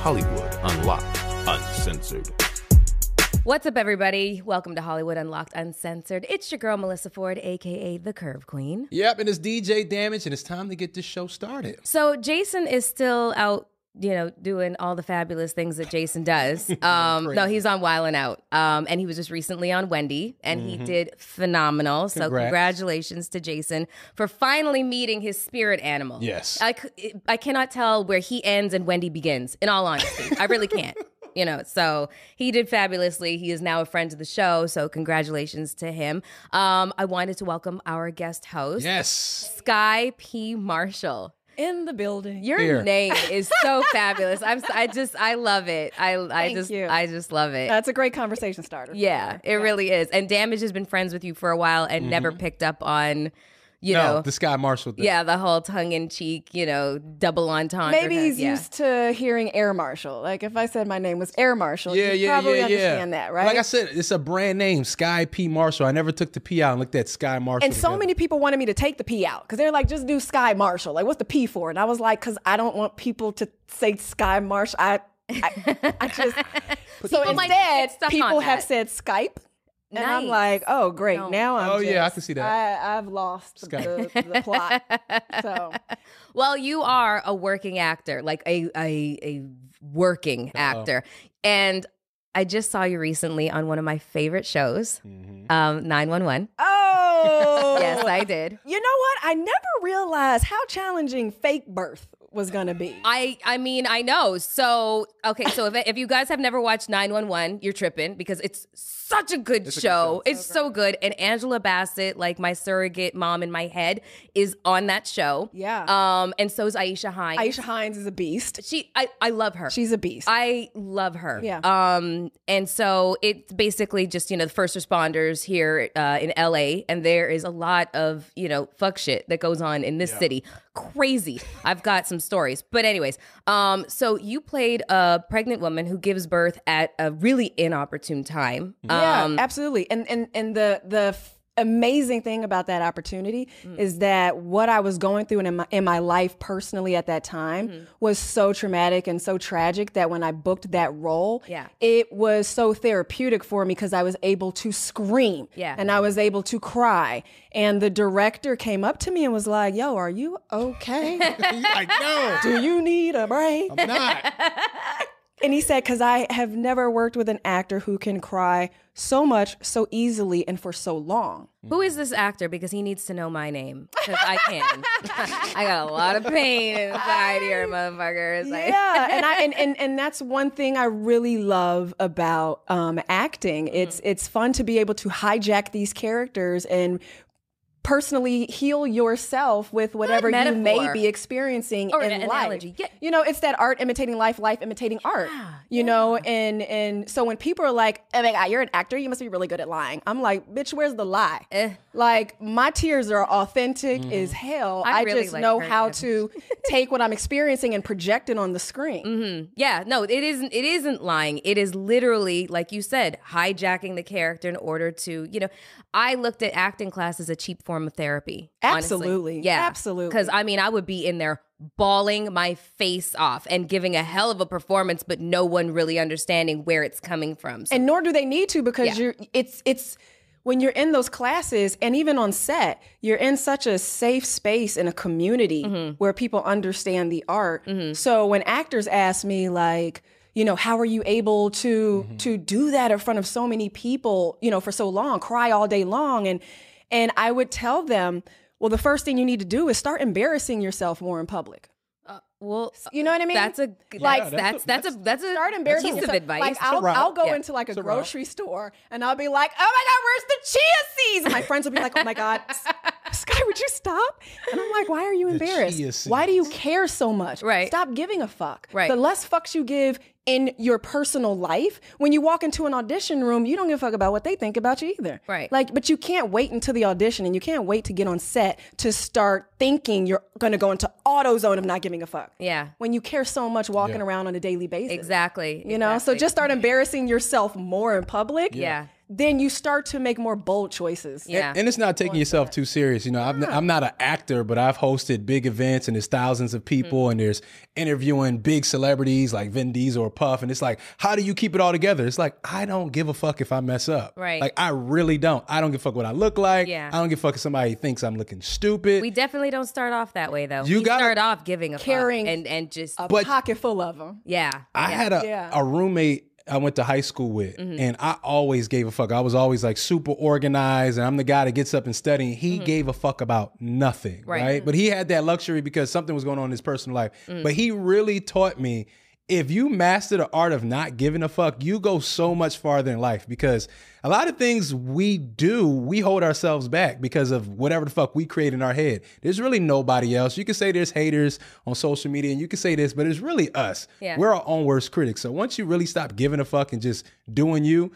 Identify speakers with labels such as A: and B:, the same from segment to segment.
A: Hollywood Unlocked, Uncensored.
B: What's up, everybody? Welcome to Hollywood Unlocked Uncensored. It's your girl, Melissa Ford, aka The Curve Queen.
C: Yep, and it's DJ Damage, and it's time to get this show started.
B: So, Jason is still out, you know, doing all the fabulous things that Jason does. Um, no, he's on Wild and Out. Um, and he was just recently on Wendy, and he did phenomenal. So,
C: Mm-hmm. Congrats.
B: congratulations to Jason for finally meeting his spirit animal.
C: Yes.
B: I, c- I cannot tell where he ends and Wendy begins, in all honesty. I really can't. You know, so he did fabulously. He is now a friend of the show. So, congratulations to him. Um, I wanted to welcome our guest host,
C: Yes.
B: Sky P. Marshall.
D: in the building.
B: Your
C: Here.
B: name is so fabulous. I'm. s- I just. I love it. I. I
D: Thank
B: just.
D: you.
B: I just love it.
D: That's a great conversation starter.
B: yeah, it really is. And Damage has been friends with you for a while and
D: Mm-hmm.
B: never picked up on, you
C: no,
B: know,
C: the Sky Marshall thing.
B: yeah, the whole tongue in cheek, you know, double entendre.
D: Maybe he's
B: yeah.
D: used to hearing Air Marshal. Like if I said my name was Air Marshal,
C: Yeah,
D: you
C: yeah,
D: probably
C: yeah,
D: understand
C: yeah.
D: that, right?
C: Like I said, it's a brand name, Sky P. Marshall. I never took the P out and looked at Sky Marshall.
D: and so
C: together.
D: many people wanted me to take the P out because they're like, just do Sky Marshal. Like, what's the P for? And I was like, because I don't want people to say Sky Marshal. I, I, I just. so
B: People might
D: instead,
B: get stuck on
D: people have
B: that.
D: said Skype. And I'm
B: Nice.
D: like, oh, great.
B: No.
D: Now I'm.
C: Oh, yeah, I
D: just-
C: can see that.
D: I, I've lost the,
C: Skype.
D: the plot. So.
B: Well, you are a working actor, like a a, a working actor, and I just saw you recently on one of my favorite shows,
D: Mm-hmm.
B: um, Nine One One.
D: Oh.
B: Yes, I did.
D: You know what? I never realized how challenging fake birth was going to be.
B: I I mean I know. So okay, so if if you guys have never watched 911, you're tripping because it's such a good show. it's so good and Angela Bassett, like my surrogate mom in my head, is on that show.
D: Yeah.
B: Um and so is Aisha Hines.
D: Aisha Hines is a beast.
B: She I I love her.
D: She's a beast.
B: I love her.
D: Yeah.
B: Um, and so it's basically just, you know, the first responders here uh, in LA, and there is a lot of, you know, fuck shit that goes on in this city. Crazy. I've got some stories. But, anyways, um, so you played a pregnant woman who gives birth at a really inopportune time.
D: yeah,
B: Um,
D: absolutely. And and and the the f- amazing thing about that opportunity
B: Mm.
D: is that what I was going through and in my in my life personally at that time
B: Mm.
D: was so traumatic and so tragic that when I booked that role,
B: Yeah.
D: it was so therapeutic for me because I was able to scream
B: Yeah.
D: and I was able to cry. And the director came up to me and was like, "Yo, are you okay?
C: He's like, no,
D: Do you need a break?"
C: I'm not.
D: And he said, because I have never worked with an actor who can cry so much, so easily, and for so long.
B: Who is this actor? Because he needs to know my name. Because I can. I got a lot of pain inside here, motherfuckers. Like-
D: yeah, and I and, and and that's one thing I really love about um, acting.
B: Mm-hmm.
D: It's it's fun to be able to hijack these characters and personally heal yourself with whatever you may
B: metaphor.
D: be experiencing
B: Or
D: in
B: an
D: life.
B: analogy, yeah.
D: You know, it's that art imitating life, life imitating art. You know, and and so when people are like, "Oh my god, you're an actor, you must be really good at lying," I'm like, "Bitch, where's the lie?"
B: Eh.
D: Like my tears are authentic
B: Mm-hmm.
D: as hell.
B: I
D: I,
B: really
D: just
B: like
D: know
B: her,
D: how
B: Devin.
D: to take what I'm experiencing and project it on the screen.
B: Mm-hmm. Yeah, no, it isn't it isn't lying. It is literally like you said, hijacking the character in order to, you know, I looked at acting class as a cheap form of therapy. honestly.
D: Absolutely.
B: Yeah.
D: Absolutely.
B: Cuz I mean, I would be in there bawling my face off and giving a hell of a performance but no one really understanding where it's coming from. So
D: and nor do they need to because
B: Yeah.
D: you're it's it's when you're in those classes and even on set you're in such a safe space in a community
B: Mm-hmm.
D: where people understand the art so when actors ask me like you know how are you able to to do that in front of so many people you know for so long cry all day long and and i would tell them well the first thing you need to do is start embarrassing yourself more in public
B: well,
D: you know what I mean?
B: That's a
D: Like-
B: like that's that's, a that's a
D: start embarrassing
B: piece of
D: yourself.
B: advice.
D: Like I'll,
C: route.
D: I'll go
B: Yeah.
D: into like a
C: It's a route.
D: grocery store and I'll be like, oh my god, where's the chia seeds? And my friends will be like, oh my god, S- Sky, would you stop? And I'm like, why are you
C: chia
D: embarrassed?
C: seeds.
D: Why do you care so much?
B: Right.
D: Stop giving a fuck.
B: Right.
D: The less fucks you give in your personal life, when you walk into an audition room, you don't give a fuck about what they think about you either.
B: Right.
D: Like, but you can't wait until the audition and you can't wait to get on set to start thinking you're gonna go into auto zone of not giving a fuck.
B: Yeah.
D: When you care so much walking around on a daily basis.
B: Exactly.
D: You know, so
B: exactly.
D: just start embarrassing yourself more in public.
B: Yeah.
D: then you start to make more bold choices.
B: Yeah.
C: And it's not taking yourself too serious. You know, I'm, I'm not an actor, but I've hosted big events and there's thousands of people
B: Mm-hmm.
C: and there's interviewing big celebrities like Vin Diesel or Puff. And it's like, how do you keep it all together? It's like, I don't give a fuck if I mess up.
B: Right.
C: Like, I really don't. I don't give a fuck what I look like.
B: Yeah.
C: I don't give a fuck if somebody thinks I'm looking stupid.
B: We definitely don't start off that way though.
C: You
B: we
C: gotta-
B: start off giving a
D: Caring
B: fuck and and just
D: A
C: But-
D: pocket full of them.
B: yeah.
C: I
B: yeah. Mm-hmm.
C: had a,
D: Yeah.
C: a roommate I went to high school with, and I always gave a fuck. I was always like super organized, and I'm the guy that gets up and studying. He
B: Mm-hmm.
C: gave a fuck about nothing,
B: Right.
C: right? But he had that luxury because something was going on in his personal life.
D: Mm.
C: But he really taught me if you master the art of not giving a fuck, you go so much farther in life because a lot of things we do, we hold ourselves back because of whatever the fuck we create in our head. There's really nobody else. You can say there's haters on social media and you can say this, but it's really us.
B: Yeah.
C: We're our own worst critics. So once you really stop giving a fuck and just doing you,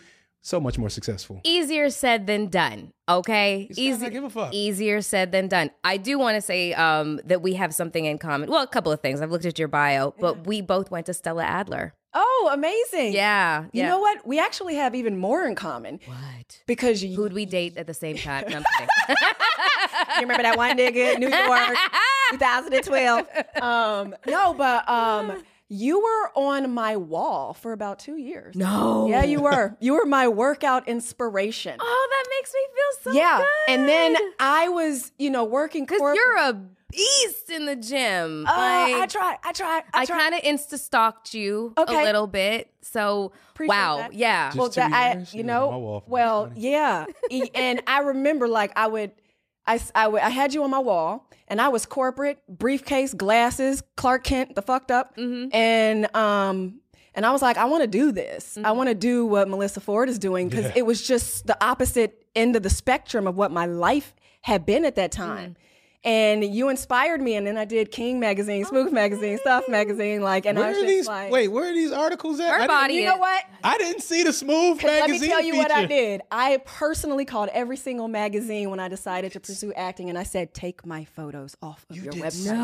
C: so much more successful.
B: easier said than done. Okay,
C: just gotta not give a fuck.
B: Easier said than done. I do want to say um, that we have something in common. Well, a couple of things. I've looked at your bio, but we both went to Stella Adler.
D: Oh, amazing.
B: Yeah,
D: You
B: yeah.
D: know what? We actually have even more in common
B: What?
D: because you,
B: Who'd we date at the same time? No, I'm kidding.
D: you remember that one nigga in New York, 2012. Um, no, but um, you were on my wall for about two years.
B: no.
D: Yeah, you were. You were my workout inspiration.
B: Oh, that makes me feel so
D: yeah.
B: good.
D: And then I was, you know, working
B: because
D: corp-
B: you're a beast in the gym.
D: Oh, I
B: Like,
D: try. I try. I,
B: I
D: try.
B: kind of insta stalked you a
D: Okay.
B: little bit. So
D: Appreciate
B: wow,
D: that.
B: yeah.
C: Just
D: well,
C: two
D: that I,
C: years?
D: you
C: Yeah, my
D: know,
C: wall for
D: well,
C: money.
D: yeah, E- and I remember like I would, I, s- I would, I had you on my wall, and I was corporate, briefcase, glasses, Clark Kent, the fucked up, and um, and I was like, I want to do this. I want to do what Melissa Ford is doing because it was just the opposite end of the spectrum of what my life had been at that time. And you inspired me, and then I did King magazine, Spook magazine, Stuff magazine, like, and I
C: Where
D: was
C: are
D: just
C: these?
D: like,
C: wait, where are these articles at? I
B: Her
C: didn't-
B: body.
D: you know
B: is-
D: what?
C: I didn't see the Smooth
D: Let me
C: magazine.
D: tell you what I
C: feature.
D: did. I personally called every single magazine when I decided to pursue acting, and I said, "Take my photos off of your website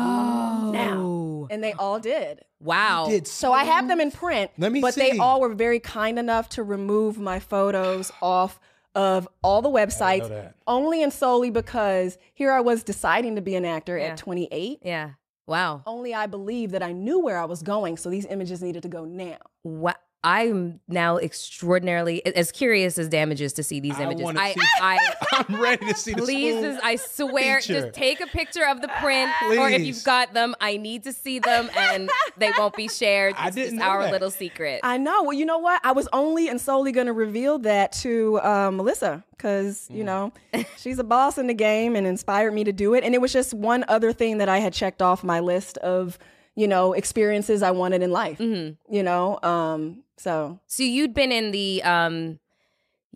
D: now," and they all did.
B: Oh, Wow.
C: Did
D: So I have them in print,
C: Let me
D: but they
C: see.
D: all were very kind enough to remove my photos off of all the websites,
C: that.
D: only and solely because here I was deciding to be an actor
B: Yeah.
D: at 28.
B: Yeah. Wow.
D: Only I believed that I knew where I was going, so these images needed to go now.
B: Wha I'm now extraordinarily a- as curious as damages to see these
C: I
B: images.
C: wanna
B: I,
C: see-
B: I,
C: I'm ready to see the
B: please,
C: Smooth
B: this- I swear,
C: feature.
B: just take a picture of the print, or if you've
C: Please.
B: got them, I need to see them, and they won't be shared.
C: I
B: It's
C: didn't
B: just
C: know
B: our
C: that.
B: little secret.
D: I know. Well, you know what? I was only and solely going to reveal that to uh, Melissa because,
B: Mm.
D: you know, she's a boss in the game and inspired me to do it. And it was just one other thing that I had checked off my list of, you know, experiences I wanted in life,
B: Mm-hmm.
D: you know? Um, so,
B: so you'd been in the, um,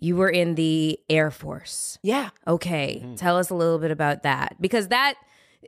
B: you were in the Air Force.
D: yeah.
B: Okay, tell us a little bit about that because that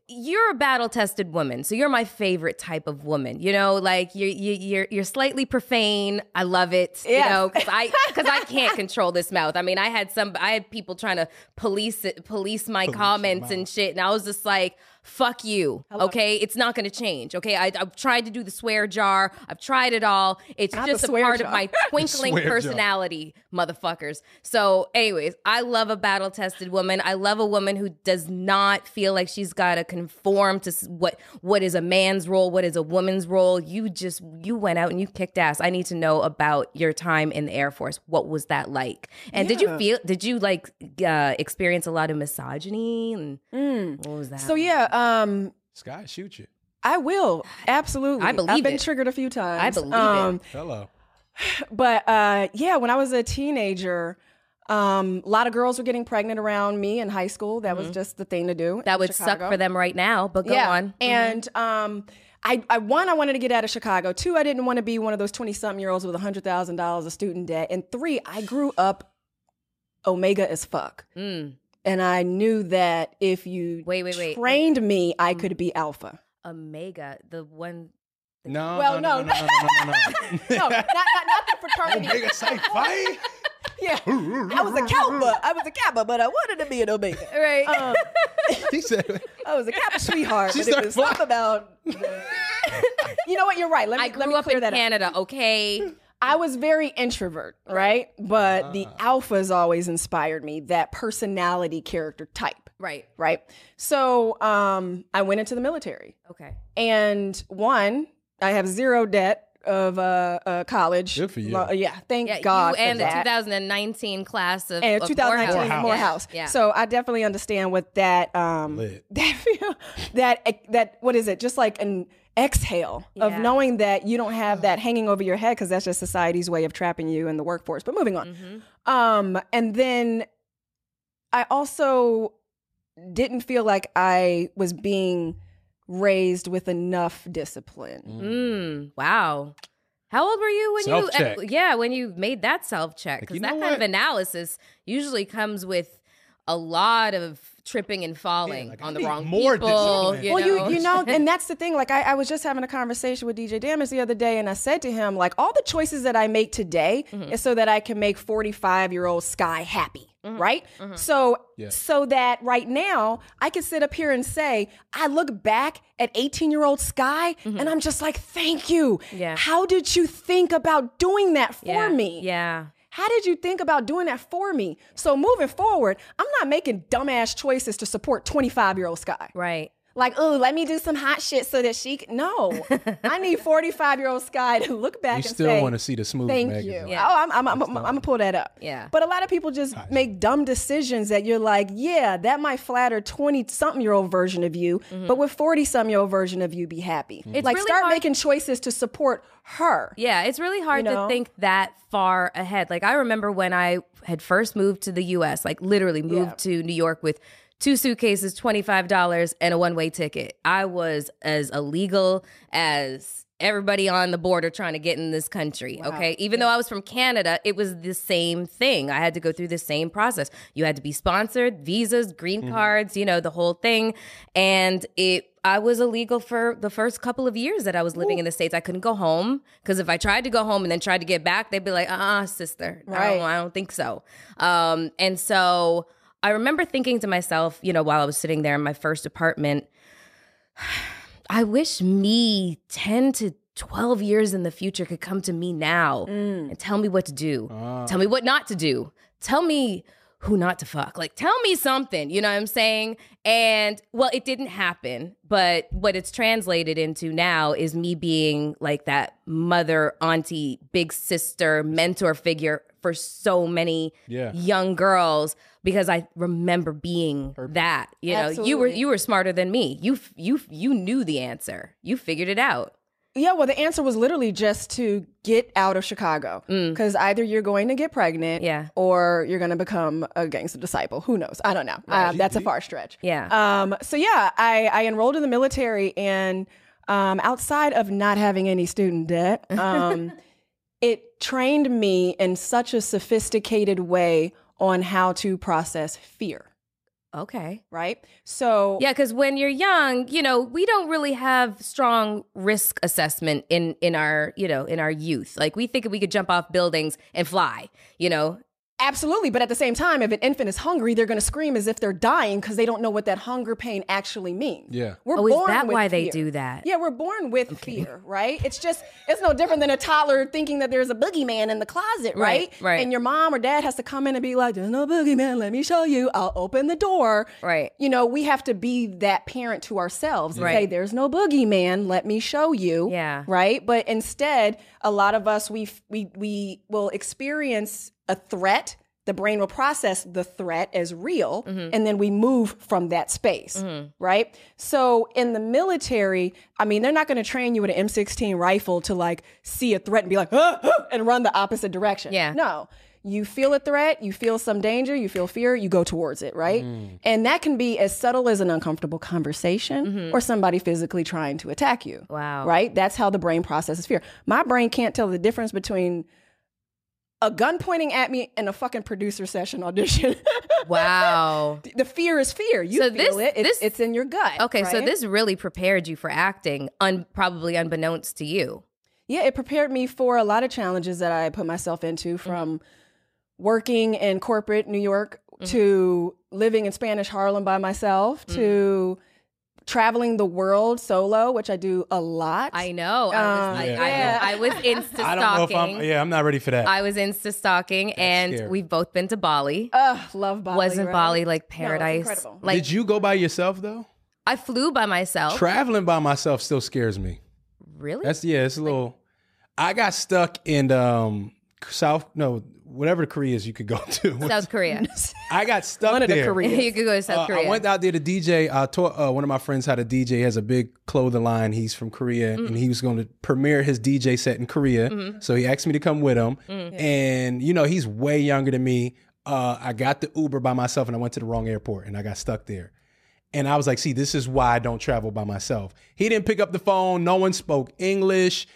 B: you're a battle tested woman. So you're my favorite type of woman. You know, like you're you, you're you're slightly profane. I love it. You
D: Yes.
B: know, because I because I can't control this mouth. I mean, I had some I had people trying to police it, police my comments and shit, and I was just like. Fuck you. Okay, it's not going to change. Okay, I, I've tried to do the swear jar. I've tried it all. It's
D: Not the
B: just a
D: swear
B: part of
D: jar.
B: my twinkling
C: Swear jar.
B: personality personality, motherfuckers. So, anyways, I love a battle tested woman. I love a woman who does not feel like she's got to conform to s- what what is a man's role, what is a woman's role. You just you went out and you kicked ass. I need to know about your time in the Air Force. What was that like? And did you
D: Yeah.
B: feel? Did you like uh, experience a lot of misogyny? And what was that?
D: So, yeah, um,
C: Sky, shoot you.
D: I will. Absolutely.
B: I believe
D: I've been
B: it.
D: triggered a few times. Um,
B: I believe it.
C: Hello.
D: but uh, yeah, when I was a teenager, um, a lot of girls were getting pregnant around me in high school. That was just the thing to do.
B: Mm-hmm. that
D: in
B: would suck
D: Chicago.
B: for them right now. But go
D: yeah.
B: on. Mm-hmm.
D: And um, I, I one, I wanted to get out of Chicago. Two, I didn't want to be one of those twenty something year olds with hundred thousand dollars of student debt. And three, I grew up omega as fuck,
B: Mm.
D: and I knew that if you
B: Wait, wait, Mm-hmm. wait.
D: trained me, I could be alpha.
B: Omega, the one.
C: No.
D: Well,
C: no, no, no, no, no, no.
D: No, not, not, not the fraternity.
C: Omega Psi Phi?
D: yeah, I was a Kappa. I was a Kappa, but I wanted to be an omega.
B: Right.
D: Um,
C: He said,
D: I was a Kappa sweetheart,
C: She
D: but it
C: started
D: was something about. you know what? You're right. Let me
B: I
D: let
B: grew
D: me
B: up
D: clear
B: in
D: that up.
B: Canada, okay?
D: I was very introvert, right? But the
C: Uh-huh.
D: alphas always inspired me, that personality character type,
B: Right.
D: right? So um, I went into the military.
B: Okay.
D: And one, I have zero debt of uh, uh, college.
C: Good for you.
D: Lo- yeah, thank
B: Yeah,
D: God.
B: you
D: for
B: and the
D: that.
B: 2019 class of,
D: and
B: of
D: 2019
B: Morehouse.
D: Morehouse.
B: Yeah.
D: So I definitely understand what that um
C: Lit.
D: that feel- that eh, that what is it? Just like an exhale of
B: Yeah.
D: knowing that you don't have that hanging over your head because that's just society's way of trapping you in the workforce. But moving on.
B: Mhm.
D: Um and then I also didn't feel like I was being raised with enough discipline.
B: Mm, wow. How old were you when
C: Self-check.
B: you? Yeah, when you made that self check,
C: Like,
B: because
C: you
B: that
C: know
B: kind
C: what?
B: of analysis usually comes with a lot of tripping and falling
C: like, I
B: on the
C: need
B: wrong
C: more
B: people.
C: discipline.
B: You
D: well,
B: know?
D: you you know, and that's the thing. Like I, I was just having a conversation with DJ Damage the other day, and I said to him, like, all the choices that I make today
B: Mm-hmm.
D: is so that I can make forty five year old Sky happy,
B: Mm-hmm.
D: right? So
C: Yeah.
D: so that right now I can sit up here and say, I look back at eighteen year old Sky, and I'm just like, thank you.
B: Mm-hmm. Yeah.
D: How did you think about doing that for
B: yeah.
D: me?
B: Yeah.
D: How did you think about doing that for me? So moving forward, I'm not making dumbass choices to support 25 year old Sky
B: Right.
D: like, oh, let me do some hot shit so that she. c-" No, I need forty five year old Sky to look back
C: You
D: and
C: still
D: say,
C: want to see the smooth
D: "Thank
C: magazine.
D: you."
B: Yeah.
D: Oh, I'm, I'm, I'm, I'm, gonna pull that up.
B: Yeah.
D: but a lot of people just make dumb decisions that you're like, yeah, that might flatter twenty something year old version of you, but with forty some year old version of you, be happy.
B: Mm-hmm. It's
D: like
B: really
D: start
B: hard-
D: making choices to support her.
B: Yeah, it's really hard
D: You know?
B: to think that far ahead. Like I remember when I had first moved to the US, like literally moved to New York with two suitcases, $25 and a one-way ticket. I was as illegal as everybody on the border trying to get in this country, okay? Even though I was from Canada, it was the same thing. I had to go through the same process. You had to be sponsored, visas, green cards, you know, the whole thing. And it I was illegal for the first couple of years that I was living in the States. I couldn't go home because if I tried to go home and then tried to get back, they'd be like, uh uh sister. I,
D: Right.
B: don't, I don't think so. Um, and so I remember thinking to myself, you know, while I was sitting there in my first apartment, I wish me 10 to 12 years in the future could come to me now and tell me what to do, tell me what not to do, tell me who not to fuck. Like, tell me something, you know what I'm saying? And well, it didn't happen, but what it's translated into now is me being like that mother, auntie, big sister, mentor figure for so many
C: Yeah.
B: young girls because I remember being that. You know, you were
D: Absolutely.
B: you were smarter than me. You f- you f- you knew the answer. You figured it out.
D: Yeah, well, the answer was literally just to get out of Chicago because either you're going to get pregnant,
B: Mm. Yeah.
D: or you're going to become a gangster disciple. Who knows? I don't know. Um, that's a far stretch.
B: Yeah.
D: Um. So yeah, I I enrolled in the military, and um, outside of not having any student debt, um, it trained me in such a sophisticated way on how to process fear.
B: Okay.
D: Right. So
B: Yeah, because when you're young, you know, we don't really have strong risk assessment in in our you know in our youth. Like we think we could jump off buildings and fly. You know.
D: Absolutely, but at the same time, if an infant is hungry, they're going to scream as if they're dying because they don't know what that hunger pain actually means.
C: Yeah.
D: we're
B: Oh, is
D: born
B: that
D: with
B: why they
D: fear.
B: do that?
D: Yeah, we're born with fear, right? It's just it's no different than a toddler thinking that there's a boogeyman in the closet, right?
B: Right, right.
D: And your mom or dad has to come in and be like, "There's no boogeyman. Let me show you. I'll open the door."
B: Right.
D: You know, we have to be that parent to ourselves. and Say,
B: Right.
D: "There's no boogeyman. Let me show you."
B: Yeah.
D: Right. But instead, a lot of us we we we will experience a threat. The brain will process the threat as real, and then we move from that space, right? So in the military, I mean, they're not going to train you with an M16 rifle to like see a threat and be like, "Huh, huh," and run the opposite direction.
B: Yeah.
D: No. You feel a threat, you feel some danger, you feel fear, you go towards it, right? And that can be as subtle as an uncomfortable conversation or somebody physically trying to attack you.
B: Wow.
D: Right? That's how the brain processes fear. My brain can't tell the difference between a gun pointing at me and a fucking producer session audition.
B: Wow.
D: the fear is fear. You
B: So this-
D: feel it. It's,
B: this-
D: it's in your gut.
B: Okay, so
D: right?
B: this really prepared you for acting, un- probably unbeknownst to you.
D: Yeah, it prepared me for a lot of challenges that I put myself into
B: Mm-hmm.
D: from working in
B: Mm-hmm.
D: corporate New York to living in Spanish Harlem by myself to traveling the world solo, which I do a lot.
B: Mm-hmm. I know. I was, I,
D: Uh, Yeah.
B: I, I was insta
C: I don't know if I'm.
B: stalking.
C: Yeah, I'm not ready for that.
B: I was insta stalking, and
C: scary.
B: we've both been to Bali.
D: Ugh, love Bali.
B: Wasn't
D: right?
B: Bali like paradise?
D: incredible.
B: like
C: Did you go by yourself though?
B: I flew by myself.
C: Traveling by myself still scares me.
B: really?
C: That's yeah, it's a little. I got stuck in um South no whatever the Koreas you could go to.
B: South Korea.
C: I got stuck
D: One of the
C: there.
D: Koreas.
B: you could go to South
C: Uh,
B: Korea.
C: I went out there to DJ. I taught uh, one of my friends how to DJ. He has a big clothing line. He's from Korea, and he was going to premiere his DJ set in Korea. So he asked me to come with him. And you know, he's way younger than me. Uh, I got the Uber by myself, and I went to the wrong airport, and I got stuck there. And I was like, "See, this is why I don't travel by myself." He didn't pick up the phone. No one spoke English.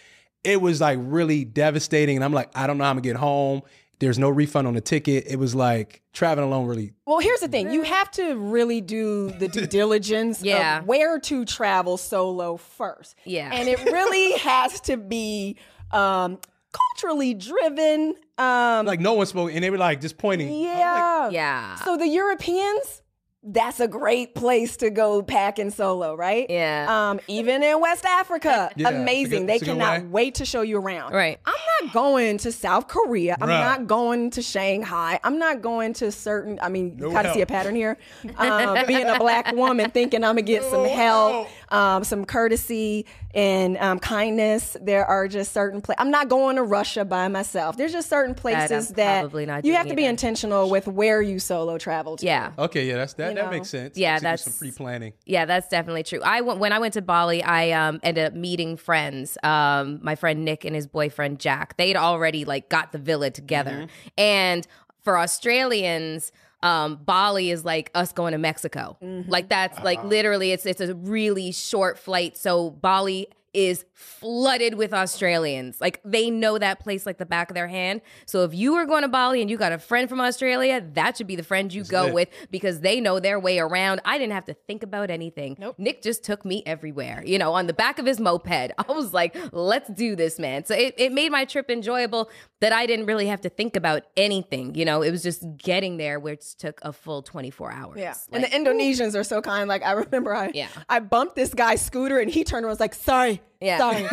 C: It was like really devastating, and I'm like, "I don't know how I'm gonna get home." There's no refund on the ticket. It was like traveling alone really
D: Well, here's the thing: you have to really do the due diligence
B: Yeah.
D: of where to travel solo first.
B: Yeah.
D: and it really has to be um, culturally driven. Um,
C: like no one spoke, and they were like just pointing.
D: yeah,
B: yeah.
D: So the Europeans, that's a great place to go packing solo, right?
B: Yeah.
D: Um, even in West Africa,
C: Yeah, it's a
D: amazing.
C: good-
D: they
C: it's a good
D: cannot
C: way.
D: wait to show you around.
B: Right.
D: I'm not going to South Korea. I'm
C: Bruh.
D: not going to Shanghai. I'm not going to certain. I mean, you kind of
C: help.
D: see a pattern here. Um, being a black woman, thinking I'm gonna get some help, um, some courtesy and um, kindness. There are just certain places. I'm not going to Russia by myself. There's just certain
B: I'm
D: places that
B: probably not
D: you
B: doing
D: have to be
B: either.
D: intentional with where you solo travel to.
B: yeah.
C: Okay, yeah, that's that.
D: You
C: that
D: know.
C: makes sense.
B: Yeah,
C: To do
B: that's-
C: some pre planning.
B: Yeah, that's definitely true. I went, when I went to Bali, I um, ended up meeting friends. Um, my friend Nick and his boyfriend Jack. They'd already like got the villa together.
C: Mm-hmm.
B: And for Australians, um, Bali is like us going to Mexico.
D: Mm-hmm.
B: Like that's like literally, it's it's a really short flight. So Bali is flooded with Australians. Like they know that place like the back of their hand. So if you are going to Bali and you got a friend from Australia, that should be the friend you go
C: lit.
B: with because they know their way around. I didn't have to think about anything. Nick just took me everywhere, you know, on the back of his moped. I was like, let's do this, man. So it, it made my trip enjoyable that I didn't really have to think about anything, you know, it was just getting there, which took a full 24 hours.
D: Yeah.
B: Like,
D: and the Indonesians are so kind. Like I remember I
B: Yeah.
D: I bumped this guy's scooter and he turned around and was like, sorry.
B: Yeah.
D: Sorry.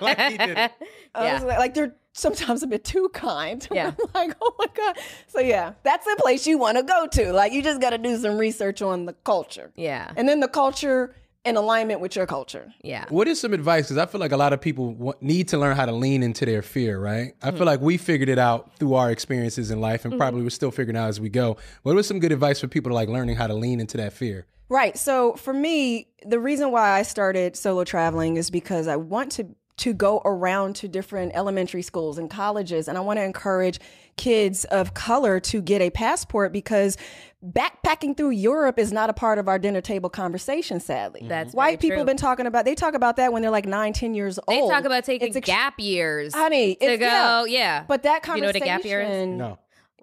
C: like he did it.
D: I
B: Yeah.
D: was like, like, they're sometimes a bit too kind.
B: Yeah.
D: I'm like, oh my God. So yeah, that's the place you want to go to. Like you just gotta do some research on the culture.
B: yeah.
D: And then the culture in alignment with your culture.
B: yeah.
C: What is some advice? Because I feel like a lot of people wa- need to learn how to lean into their fear, right? I
D: Mm-hmm.
C: feel like we figured it out through our experiences in life, and probably we're still figuring out as we go. What was some good advice for people to like learning how to lean into that fear?
D: Right. So for me, the reason why I started solo traveling is because I want to to go around to different elementary schools and colleges and I want to encourage kids of color to get a passport because backpacking through Europe is not a part of our dinner table conversation sadly.
B: Mm-hmm. That's very
D: white people
B: true.
D: have been talking about they talk about that when they're like 9 10 years
B: They
D: old.
B: talk about taking
D: Oh, It's ex-
B: gap years.
D: Honey,
B: to
D: it's-
B: go.
D: yeah.
B: Yeah.
D: But that
B: You know what a
D: conversation
B: gap year is?
C: No,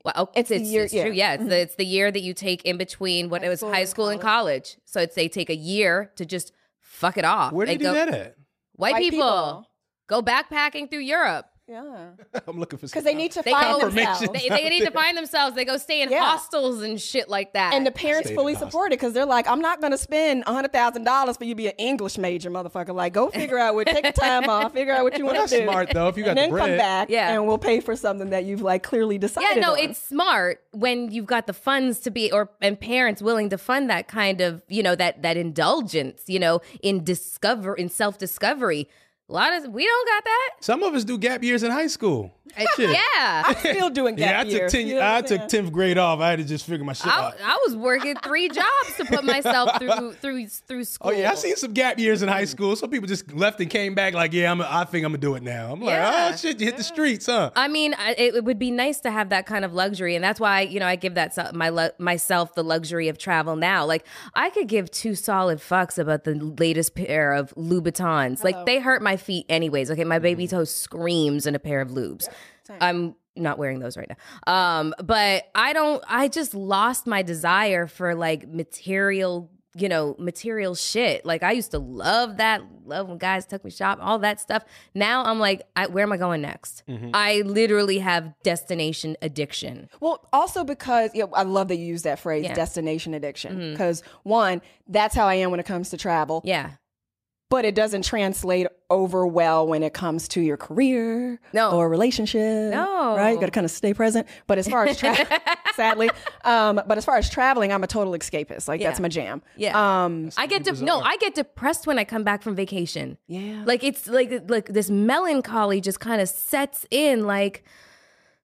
B: Well, oh, it's,
D: the
B: it's,
D: year-
B: it's
D: yeah.
B: true. Yeah, it's, the, it's the year that you take in between what it was high school and college. So it's they take a year to just fuck it off.
C: where
B: They
C: did you
B: go,
C: do that at?
B: White,
D: White
B: people,
D: people.
B: go backpacking through Europe.
D: Yeah.
C: I'm looking for
D: Cuz they need to
B: They
D: find
B: go-
D: themselves.
B: They, they need to find themselves. They go stay in
D: Yeah.
B: hostels and shit like that.
D: And the parents
C: Stay
D: fully
C: in the
D: support it because they're like, I'm not going to spend $100,000 for you to be an English major, motherfucker. Like, go figure out what, take the time off, figure out what you want
C: Oh, That's
D: to do.
C: smart though. If you got
D: and then
C: the
D: come
C: bread,
D: back
B: Yeah.
D: and we'll pay for something that you've like clearly decided.
B: yeah, no,
D: on.
B: it's smart when you've got the funds to be, or and parents willing to fund that kind of, you know, that that indulgence, you know, in discover, in self discovery. A lot of we don't got that.
C: some of us do gap years in high school. Shit.
B: Yeah,
D: still doing gap
C: Yeah, I took
D: year.
C: ten.
D: You know what
C: I
D: I'm
C: took
D: saying?
C: tenth grade off. I had to just figure my shit
B: I,
C: out.
B: I was working three jobs to put myself through through through school.
C: Oh yeah, I seen some gap years in high school. Some people just left and came back like, yeah, I'm. I think I'm gonna do it now. I'm like,
B: Yeah.
C: oh shit, you hit the streets, huh?
B: I mean, I, it, it would be nice to have that kind of luxury, and that's why you know I give that so- my lu- myself the luxury of travel now. Like I could give two solid fucks about the latest pair of Louboutins. Like they hurt my feet anyways. Okay, my baby toe screams in a pair of lubes. I'm not wearing those right now. Um, but I don't. I just lost my desire for like material you know, material shit. Like I used to love that, love when guys took me shop, all that stuff. Now I'm like, I, where am I going next? I literally have destination addiction.
D: Well, also because yeah, I love that you use that phrase,
B: Yeah. Mm-hmm.
D: destination addiction. Because one, that's how I am when it comes to travel,
B: Yeah.
D: but it doesn't translate over well when it comes to your career
B: No.
D: or relationship.
B: No.
D: Right? You got to kind of stay present. But as far as travel, sadly, um, but as far as traveling, I'm a total escapist. Like, that's
B: Yeah.
D: my jam.
B: Yeah.
D: Um,
B: I get de- no, I get depressed when I come back from vacation.
D: Yeah.
B: Like it's like like this melancholy just kind of sets in like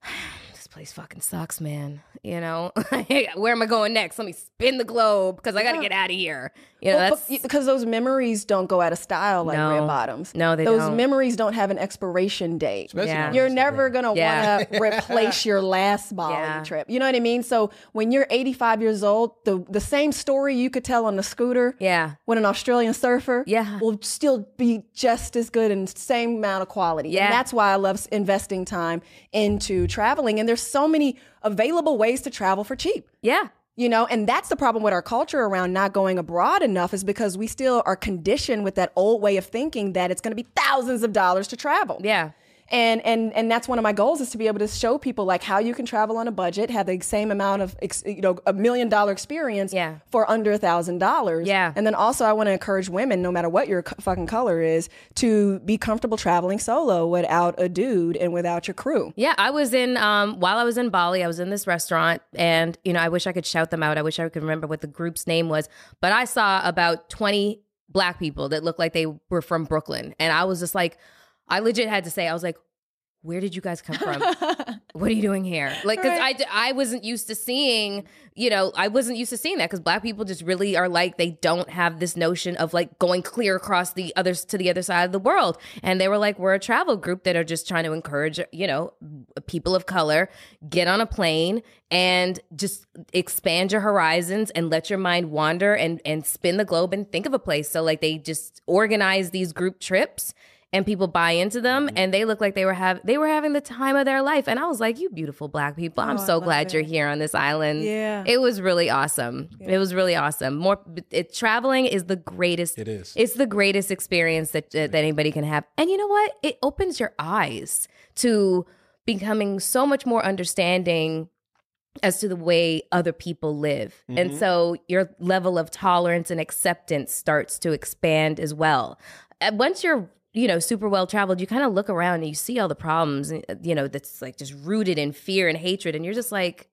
B: this place fucking sucks, man. You know? Where am I going next? Let me spin the globe cuz I got to get out of here. You know, that's
D: because those memories don't go out of style like
B: No.
D: red bottoms.
B: No, they
D: those
B: don't.
D: memories don't have an expiration date.
B: Yeah.
D: You're never gonna
B: Yeah.
D: want to replace your last Bali
B: Yeah.
D: trip. You know what I mean? So when you're 85 years old, the the same story you could tell on the scooter,
B: Yeah.
D: with an Australian surfer,
B: Yeah.
D: will still be just as good and same amount of quality.
B: Yeah.
D: and that's why I love s- investing time into traveling. And there's so many available ways to travel for cheap.
B: Yeah.
D: You know, and that's the problem with our culture around not going abroad enough is because we still are conditioned with that old way of thinking that it's going to be thousands of dollars to travel.
B: Yeah.
D: And and and that's one of my goals is to be able to show people like how you can travel on a budget, have the same amount of ex- you know a million dollar experience
B: Yeah.
D: for under a thousand dollars.
B: Yeah.
D: And then also I want to encourage women, no matter what your c- fucking color is, to be comfortable traveling solo without a dude and without your crew.
B: Yeah, I was in um while I was in Bali, I was in this restaurant and you know, I wish I could shout them out. I wish I could remember what the group's name was, but I saw about 20 black people that looked like they were from Brooklyn and I was just like I legit had to say I was like where did you guys come from? what are you doing here? Like, because I, d- I wasn't used to seeing, you know, I wasn't used to seeing that because black people just really are like, they don't have this notion of like going clear across the others to the other side of the world. And they were like, we're a travel group that are just trying to encourage, you know, people of color, get on a plane and just expand your horizons and let your mind wander and, and spin the globe and think of a place. So, like, they just organize these group trips and people buy into them
C: Mm-hmm.
B: and they look like they were have they were having the time of their life and I was like you beautiful black people
C: Oh,
B: I'm so glad you're here on this island
D: Yeah.
B: it was really awesome it was really awesome more it, traveling is the greatest
C: It is.
B: it's the greatest experience that that anybody can have and you know what it opens your eyes to becoming so much more understanding as to the way other people live. And so your level of tolerance and acceptance starts to expand as well. And once you're, you know, super well traveled, you kind of look around and you see all the problems, and, you know, that's like just rooted in fear and hatred. And you're just like,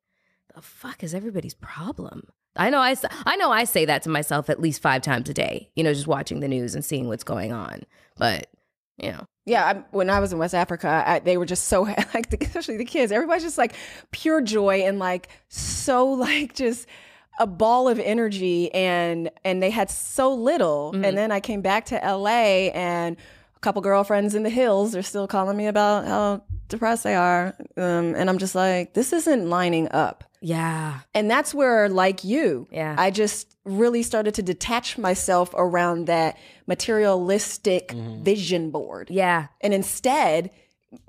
B: the fuck is everybody's problem? I know I, s- I know I say that to myself at least five times a day, you know, just watching the news and seeing what's going on. But, you know,
D: Yeah, I, when I was in West Africa, I, they were just so like, the, especially the kids. Everybody's just like pure joy and like so like just a ball of energy, and and they had so little. And then I came back to LA, and a couple girlfriends in the hills are still calling me about how depressed they are, um, and I'm just like, this isn't lining up.
B: yeah.
D: And that's where, like you,
B: Yeah.
D: I just really started to detach myself around that materialistic vision board.
B: Yeah.
D: And instead,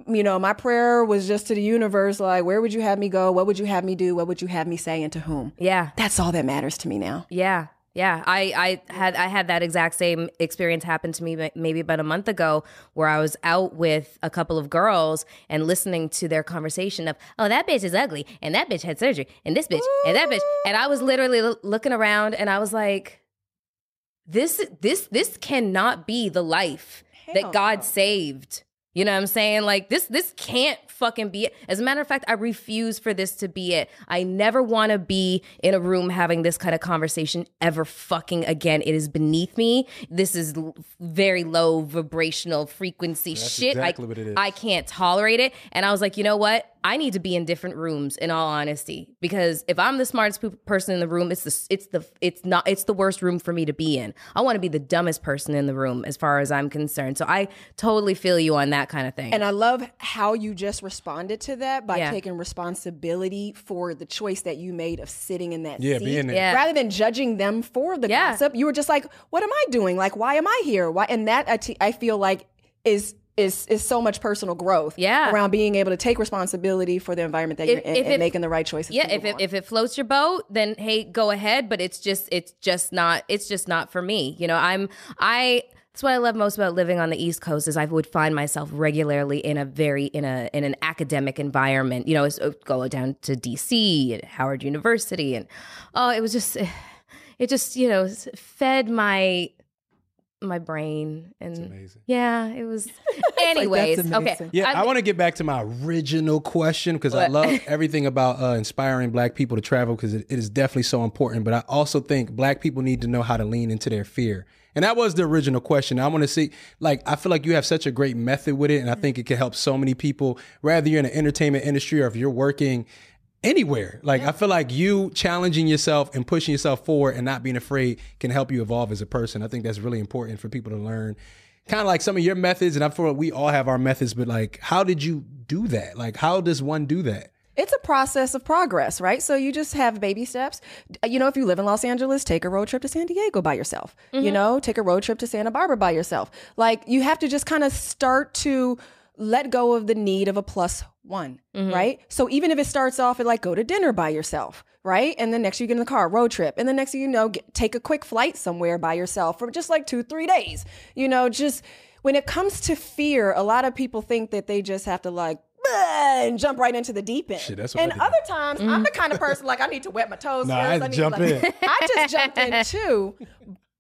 D: you know, my prayer was just to the universe, like, where would you have me go? What would you have me do? What would you have me say? And to whom?
B: Yeah.
D: That's all that matters to me now.
B: Yeah. Yeah, I, I had I had that exact same experience happen to me ma- maybe about a month ago, where I was out with a couple of girls and listening to their conversation of, oh that bitch is ugly, and that bitch had surgery, and this bitch, and that bitch, and I was literally l- looking around and I was like, this this this cannot be the life
D: Hell
B: that God
D: no.
B: saved. You know what I'm saying? Like this this can't fucking be it. As a matter of fact, I refuse for this to be it. I never want to be in a room having this kind of conversation ever fucking again. It is beneath me. This is l- very low vibrational frequency shit.
C: exactly
B: I,
C: what it is.
B: I can't tolerate it. And I was like, you know what? I need to be in different rooms in all honesty because if I'm the smartest pe- person in the room, it's the it's the it's not it's the worst room for me to be in. I want to be the dumbest person in the room as far as I'm concerned. So I totally feel you on that kind of thing.
D: And I love how you just responded to that by
B: Yeah.
D: taking responsibility for the choice that you made of sitting in that
C: Yeah,
D: seat.
C: being there.
B: Yeah.
D: Rather than judging them for the
B: Yeah.
D: gossip, you were just like, "What am I doing? Like, why am I here? Why?" And that I, t- I feel like is is is so much personal growth
B: Yeah.
D: around being able to take responsibility for the environment that you're in
B: if
D: and
B: it-
D: making the right choices.
B: yeah if it, if it floats your boat then hey go ahead but it's just it's just not it's just not for me you know i'm i that's what i love most about living on the east coast is i would find myself regularly in a very in a in an academic environment you know it's, uh, go down to dc at howard university and oh it was just it just you know fed my my brain and
C: Amazing.
B: yeah it was anyways okay
D: amazing.
C: Yeah,
B: I'm-
C: i want to get back to my original question because I love everything about uh, inspiring black people to travel because it, it is definitely so important. But I also think black people need to know how to lean into their fear. And that was the original question. I want to see, like, I feel like you have such a great method with it, and I think it can help so many people, whether you're in the entertainment industry or if you're working anywhere. Like, I feel like you challenging yourself and pushing yourself forward and not being afraid can help you evolve as a person. I think that's really important for people to learn kind of like some of your methods, and I feel like we all have our methods, but like, how did you do that? Like, how does one do that?
D: It's a process of progress, right? So you just have baby steps. You know, if you live in Los Angeles, take a road trip to San Diego by yourself. You know, take a road trip to Santa Barbara by yourself. Like you have to just kind of start to let go of the need of a plus one, right? So even if it starts off at like go to dinner by yourself, right? And then next you get in the car, road trip. And the next thing you know, get, take a quick flight somewhere by yourself for just like two, three days. You know, just when it comes to fear, a lot of people think that they just have to like, and jump right into the deep end.
C: that's what
D: and
C: I did.
D: other times, I'm the kind of person like I need to wet my toes.
C: Mm-hmm. Nah, I had
D: first.
C: to
D: need
C: jump
D: like-
C: in.
D: I just jumped in too.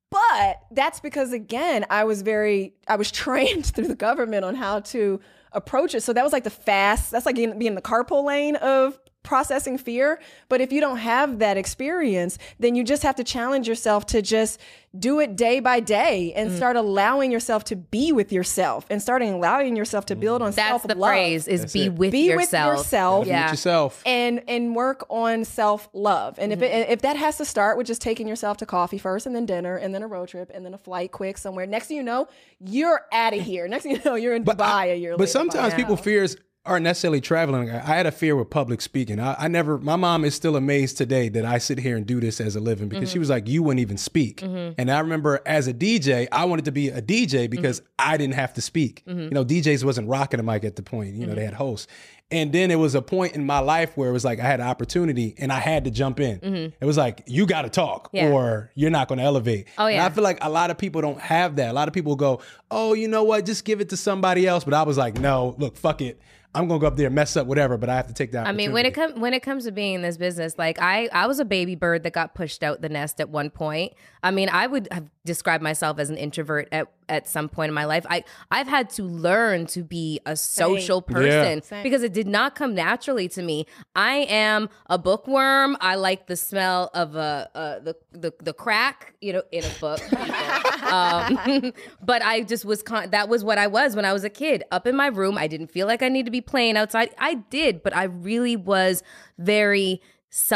D: But that's because again, I was very I was trained through the government on how to approach it. So that was like the fast. That's like being being in the carpool lane of processing fear. But if you don't have that experience, then you just have to challenge yourself to just do it day by day
C: Mm.
D: and start allowing yourself to be with yourself and starting allowing yourself to build on
B: that's the
D: self-love
B: phrase is be with
D: be
B: yourself
D: with yourself
B: Yeah.
C: With yourself.
D: and and work on self love. And if
C: Mm-hmm.
D: it, if that has to start with just taking yourself to coffee first, and then dinner, and then a road trip, and then a flight quick somewhere. Next thing you know, you're out of here. Next thing you know, you're in Dubai a year
C: But
D: later.
C: sometimes people fears aren't necessarily traveling. I I had a fear with public speaking. I, I never. My mom is still amazed today that I sit here and do this as a living because
D: Mm-hmm.
C: she was like, "You wouldn't even speak." And I remember as a DJ, I wanted to be a
D: Mm-hmm.
C: DJ because I didn't have to speak. You know, DJs wasn't rocking the mic at the point. You know,
D: Mm-hmm.
C: they had hosts. And then it was a point in my life where it was like I had an opportunity and I had to jump in.
D: Mm-hmm.
C: It was like you got to talk
B: Yeah.
C: or you're not going to elevate.
B: Oh,
C: And
B: yeah.
C: I feel like a lot of people don't have that. A lot of people go, "Oh, you know what? Just give it to somebody else." But I was like, "No, look, fuck it. I'm gonna go up there, mess up, whatever." But I have to take that.
B: I mean, when it comes when it comes to being in this business, like I, I was a baby bird that got pushed out the nest at one point. I mean, I would have described myself as an introvert at, at some point in my life. I I've had to learn to be a social person because it did not come naturally to me. I am a bookworm. I like the smell of a, a the, the the crack, you know, in a book. um, but I just was con- that was what I was when I was a kid. Up in my room, I didn't feel like I needed to be playing outside. I did, but I really was very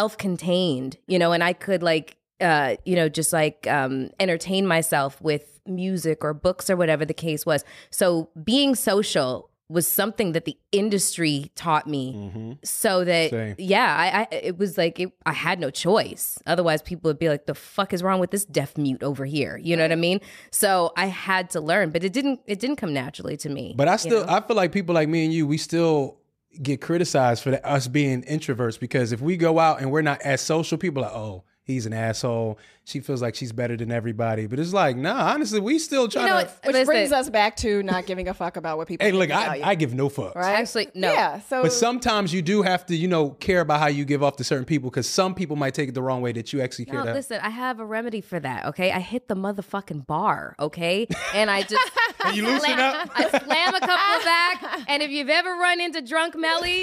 B: self-contained, you know, and I could like uh, you know, just like um entertain myself with music or books or whatever the case was. So being social was something that the industry taught me so that
C: Mm. Same.
B: yeah I, I it was like it, i had no choice otherwise people would be like the fuck is wrong with this deaf mute over here you know what i mean so i had to learn but it didn't it didn't come naturally to me
C: But I still, I feel like people like me and you, we still get criticized for the, us being introverts because if we go out and we're not as social, people are like, "Oh, he's an asshole. She feels like she's better than everybody." But it's like, nah, honestly, we still trying
B: you know
C: to.
B: what?
D: which
B: Listen,
D: brings us back to not giving a fuck about what people.
C: Hey,
D: think
C: look,
D: about
C: I,
D: you,
C: I give no fucks.
D: right?
B: Actually, no.
D: Yeah, so
C: But sometimes you do have to, you know, care about how you give off to certain people because some people might take it the wrong way that you actually care
B: no,
C: about.
B: Oh, listen, I have a remedy for that, okay? I hit the motherfucking bar, okay? And I just
C: And you loosen up.
B: I slam a couple back. And if you've ever run into drunk Melly,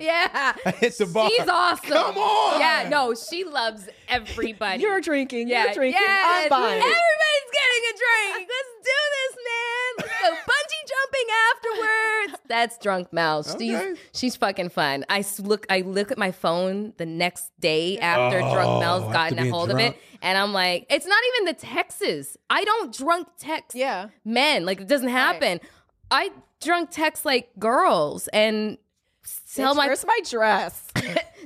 B: yeah.
C: hit the bar.
B: She's awesome.
C: Come on.
B: Yeah, no, she loves everybody.
D: you're drinking. You're drinking.
B: yes.
D: I'm buying.
B: Everybody's getting a drink. Let's do this, man. Let's go bungee jumping afterwards. That's drunk Mel. She's
C: Okay.
B: she's fucking fun. I s- look I look at my phone the next day after drunk Mel's
C: after
B: gotten a
C: being
B: hold of
C: drunk.
B: it, and I'm like, it's not even the texts. I don't drunk text
D: Yeah.
B: men. Like it doesn't happen. I drunk text like girls and tell
D: Bitch,
B: my
D: Where's my dress?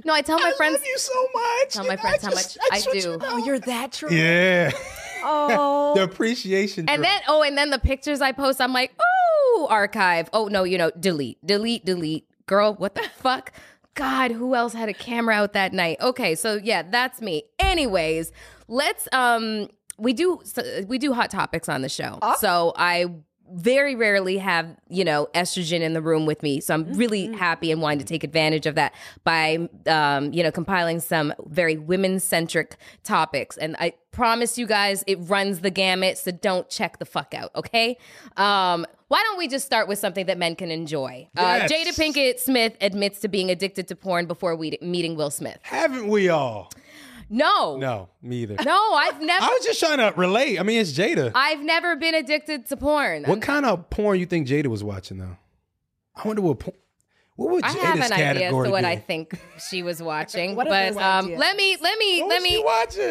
B: no. I tell my friends.
C: you so much.
B: Tell my friends how much I do.
D: oh, you're that drunk.
C: Yeah.
D: Oh,
C: the appreciation.
B: And
C: drip.
B: then oh, and then the pictures I post, I'm like, oh, archive. Oh no, you know, delete, delete, delete. Girl, what the fuck? God, who else had a camera out that night? Okay, so yeah, that's me. Anyways, let's um we do so we do hot topics on the show. So I very rarely have, you know, estrogen in the room with me. So
C: Mm-hmm.
B: I'm really happy and wanting to take advantage of that by um, you know, compiling some very women-centric topics and I promise you guys it runs the gamut, so don't check the fuck out, okay? Um why don't we just start with something that men can enjoy?
C: Yes.
B: Uh, Jada Pinkett Smith admits to being addicted to porn before we meeting Will Smith.
C: Haven't we all?
B: No, no,
C: No, me either.
B: I've never.
C: I was just trying to relate. I mean, it's Jada.
B: I've never been addicted to porn.
C: what kind of porn you think Jada was watching though? I wonder what porn. What would
B: I
C: Jada's
B: have an idea as
C: category
B: to what
C: be?
B: I think she was watching,
D: What a
B: but
D: good
B: um,
D: idea.
B: let me let me
C: What
B: let
C: was she
B: me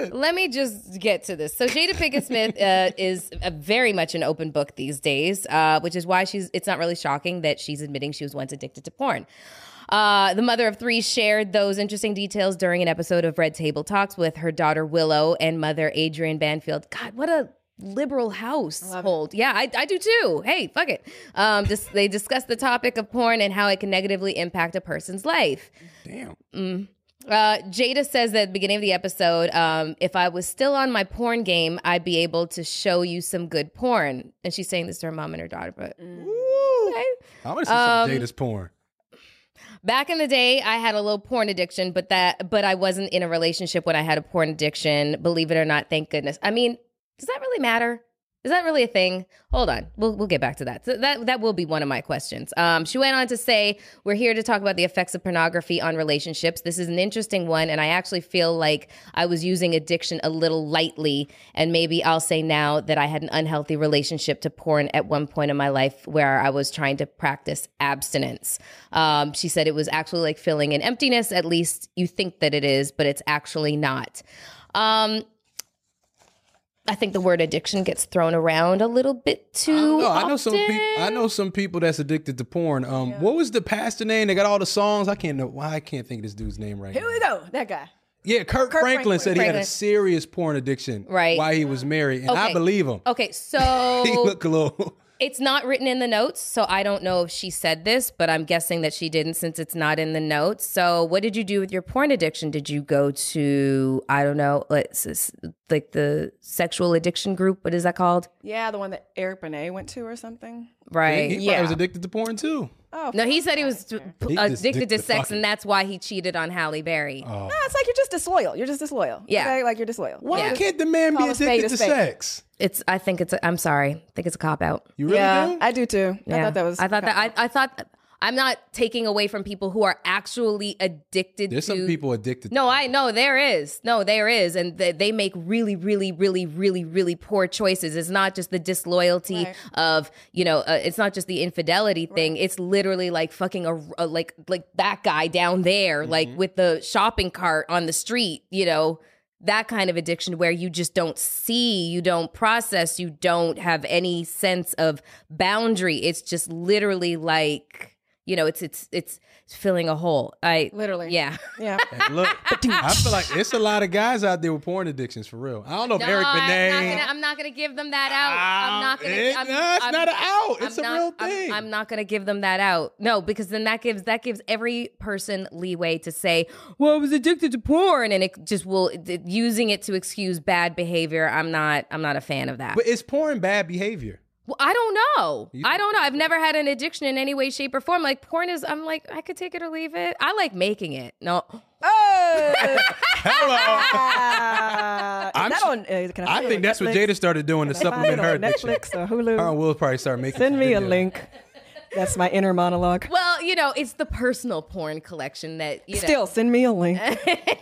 C: watching?
B: let me just get to this. So Jada Pinkett Smith uh, is a very much an open book these days, uh, which is why she's. It's not really shocking that she's admitting she was once addicted to porn. Uh, the mother of three shared those interesting details during an episode of Red Table Talks with her daughter Willow and mother Adrian Banfield. God, what a liberal household. Yeah, I, I do too. Hey, fuck it. Um, dis- they discussed the topic of porn and how it can negatively impact a person's life.
C: Damn.
B: Uh, Jada says that at the beginning of the episode, um, if I was still on my porn game, I'd be able to show you some good porn. And she's saying this to her mom and her daughter, but okay.
C: I want to see
B: Um,
C: some Jada's porn.
B: Back in the day, I had a low porn addiction, but that but I wasn't in a relationship when I had a porn addiction. Believe it or not, thank goodness. I mean, does that really matter? Is that really a thing? Hold on, we'll we'll get back to that. So that that will be one of my questions. Um, she went on to say, "We're here to talk about the effects of pornography on relationships. This is an interesting one, and I actually feel like I was using addiction a little lightly. And maybe I'll say now that I had an unhealthy relationship to porn at one point in my life where I was trying to practice abstinence." Um, she said it was actually like filling an emptiness. At least you think that it is, but it's actually not. Um, I think the word addiction gets thrown around a little bit too.
C: Oh, No,
B: often.
C: I know some people. I know some people that's addicted to porn. Um, what was the pastor name? They got all the songs. I can't know why I can't think of this dude's name right now.
D: Here we go. That guy.
C: Yeah, Kirk, Franklin,
D: Franklin.
C: said he had
B: Franklin.
C: a serious porn addiction.
B: Right.
C: While he was married, and I
B: Okay. Oh,
C: believe him.
B: Okay,
C: He
B: so
C: looked a little.
B: it's not written in the notes, so I don't know if she said this, but I'm guessing that she didn't since it's not in the notes. So, what did you do with your porn addiction? Did you go to I don't know, let's s- like the sexual addiction group? What is that called?
D: Yeah, the one that Eric Benet went to or something.
B: Right?
C: He probably was addicted to porn too.
B: No, he said he was d- p-
C: He just
B: addicted
C: did
B: to
C: the
B: sex,
C: fucking- Oh.
B: and that's why he cheated on Halle Berry.
D: No, it's like you're just disloyal. You're just disloyal.
B: Yeah.
D: Okay? Like you're disloyal.
C: Why
B: Yeah.
C: can't the man be
D: Call a spade
C: addicted
D: a
C: to
D: spade.
C: sex?
B: It's. I think it's. A, I'm sorry. I think it's a cop out.
C: You really
D: yeah,
C: do?
D: I do too. I
B: Yeah.
D: thought that was.
B: I thought that. I, I thought. I'm not taking away from people who are actually addicted
C: There's
B: to.
C: some people addicted.
B: No, I know there is. No, there is, and th- they make really, really, really, really, really poor choices. It's not just the disloyalty
D: Right.
B: of you know. Uh, it's not just the infidelity thing. It's literally like fucking a, a- like like that guy down there, like with the shopping cart on the street. You know that kind of addiction where you just don't see, you don't process, you don't have any sense of boundary. It's just literally like you know, it's it's it's filling a hole. I
D: Literally.
B: yeah.
D: Yeah.
C: And look, I feel like it's a lot of guys out there with porn addictions for real. I don't know if Eric
B: I'm not,
C: Benet.
B: gonna, I'm not gonna give them that out. I'm
C: Um,
B: not gonna.
C: it-
B: I'm,
C: no, it's
B: I'm-
C: not an out. It's
B: I'm
C: a
B: not-
C: real
B: I'm-
C: thing.
B: I'm, not gonna give them that out. No, because then that gives that gives every person leeway to say, "Well, I was addicted to porn," and it just will it- using it to excuse bad behavior. I'm not. I'm not a fan of that.
C: But it's porn bad behavior.
B: Well, I don't know. I don't know. I've never had an addiction in any way, shape, or form. Like porn is. I'm like I could take it or leave it. I like making it. No.
D: oh.
C: Hello.
D: Uh,
C: I'm
D: is that
C: su-
D: on, uh, can I
C: I
D: find it
C: think
D: on
C: that's what
D: Netflix?
C: Jada started doing to
D: Can I find
C: supplement
D: it
C: her
D: on
C: addiction.
D: Netflix or Hulu.
C: Her and Will probably start making.
D: Send
C: some
D: me a
C: videos.
D: link. That's my inner monologue.
B: Well, you know, it's the personal porn collection that you know.
D: Still, send me a link.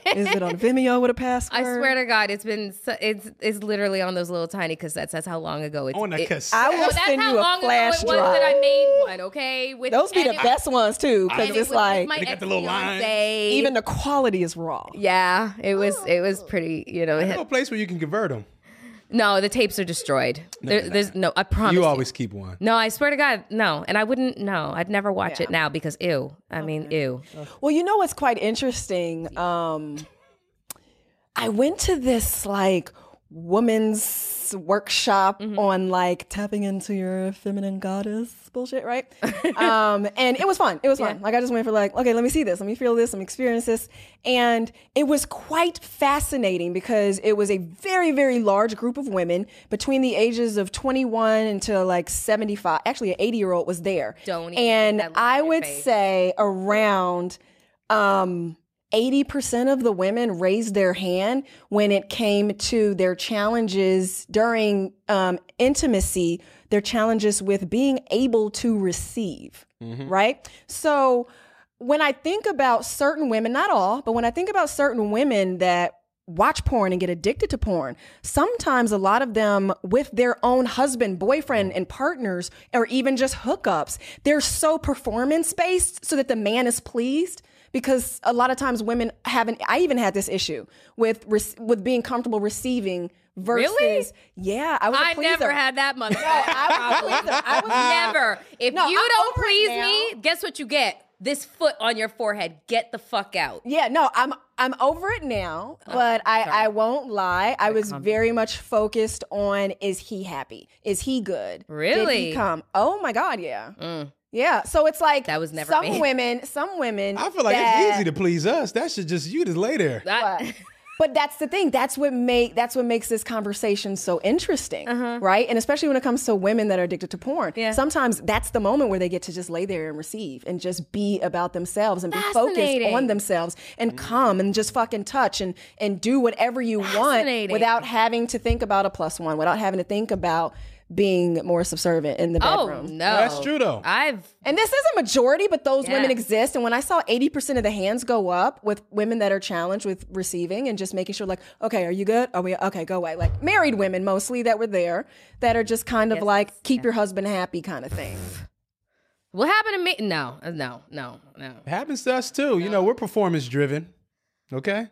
D: Is it on Vimeo with a password?
B: I swear to God, it's been so, it's it's literally on those little tiny cassettes. That's how long ago it's.
C: On a
B: it-
C: cassette.
D: I
B: No,
D: will
B: Oh, that's
D: send
B: how
D: you a
B: long
D: flash
B: ago it was that I
D: drive.
B: made one. Okay, with
D: Those be
B: and
D: the
B: it-
D: best ones
B: and
D: too, because
B: it
D: it's
B: was
D: like
B: my
C: They got the little lines.
B: ex-fiancé.
D: even the quality is raw.
B: yeah, it was it was
D: Oh.
B: pretty. You know,
C: There's no place where you can convert them.
B: no, the tapes are destroyed. there, There's no. I promise.
C: You always keep one.
B: No, I swear to God, no. And I wouldn't. No, I'd never watch it now because ew.
D: Oh,
B: I mean, ew.
D: Well, you know what's quite interesting? Um, I went to this like woman's workshop
B: Mm-hmm.
D: on like tapping into your feminine goddess bullshit, right? um, and it was fun. It was fun. Like I just went for like, okay, let me see this, let me feel this, let me experience this, and it was quite fascinating because it was a very very large group of women between the ages of 21 until like 75. Actually, an 80 year old was there.
B: Don't even-
D: and
B: I love
D: I
B: that
D: would
B: face.
D: say around um 80% of the women raised their hand when it came to their challenges during um, intimacy, their challenges with being able to receive, right? So when I think about certain women, not all, but when I think about certain women that watch porn and get addicted to porn, sometimes a lot of them with their own husband, boyfriend, and partners, or even just hookups, they're so performance based so that the man is pleased. Because a lot of times women haven't. I even had this issue with rec- with being comfortable receiving versus.
B: Really?
D: Yeah, I was. a
B: I never
D: pleaser.
B: had that mother.
D: I was a pleaser. I was
B: never. If
D: No,
B: you
D: I'm
B: don't
D: over it
B: please
D: now.
B: me, guess what you get? This foot on your forehead. Get the fuck out.
D: Yeah, no, I'm I'm over it now,
B: Oh,
D: but I I won't lie. I was very much focused on is he happy? Is he good? Did
B: Really? Mm.
D: he come? Oh my god, yeah. Yeah, so it's like
B: That was never
D: some
B: me.
D: women, some women
C: I feel like
D: that-
C: it's easy to please us. That should just you just lay there.
B: I-
D: but- but that's the thing. That's what make that's what makes this conversation so interesting, right? And especially when it comes to women that are addicted to porn.
B: Uh-huh. Yeah.
D: Sometimes that's the moment where they get to just lay there and receive and just be about themselves and be focused
B: Fascinating.
D: on themselves and come and just fucking touch and and do whatever you want
B: Fascinating.
D: without having to think about a plus one, without having to think about being more subservient in the
B: oh no,
D: bedroom.
C: That's true, though.
B: I've
D: And this is a majority, but those
B: Yeah.
D: women exist. And when I saw 80% of the hands go up with women that are challenged with receiving and just making sure, like, okay, are you good? Are we okay? Go away. Like married women mostly that were there that are just kind of like, keep your husband happy kind of thing.
B: what happened to me? No, uh, no, no, no.
C: It happens to us too. You know, we're performance driven. Okay?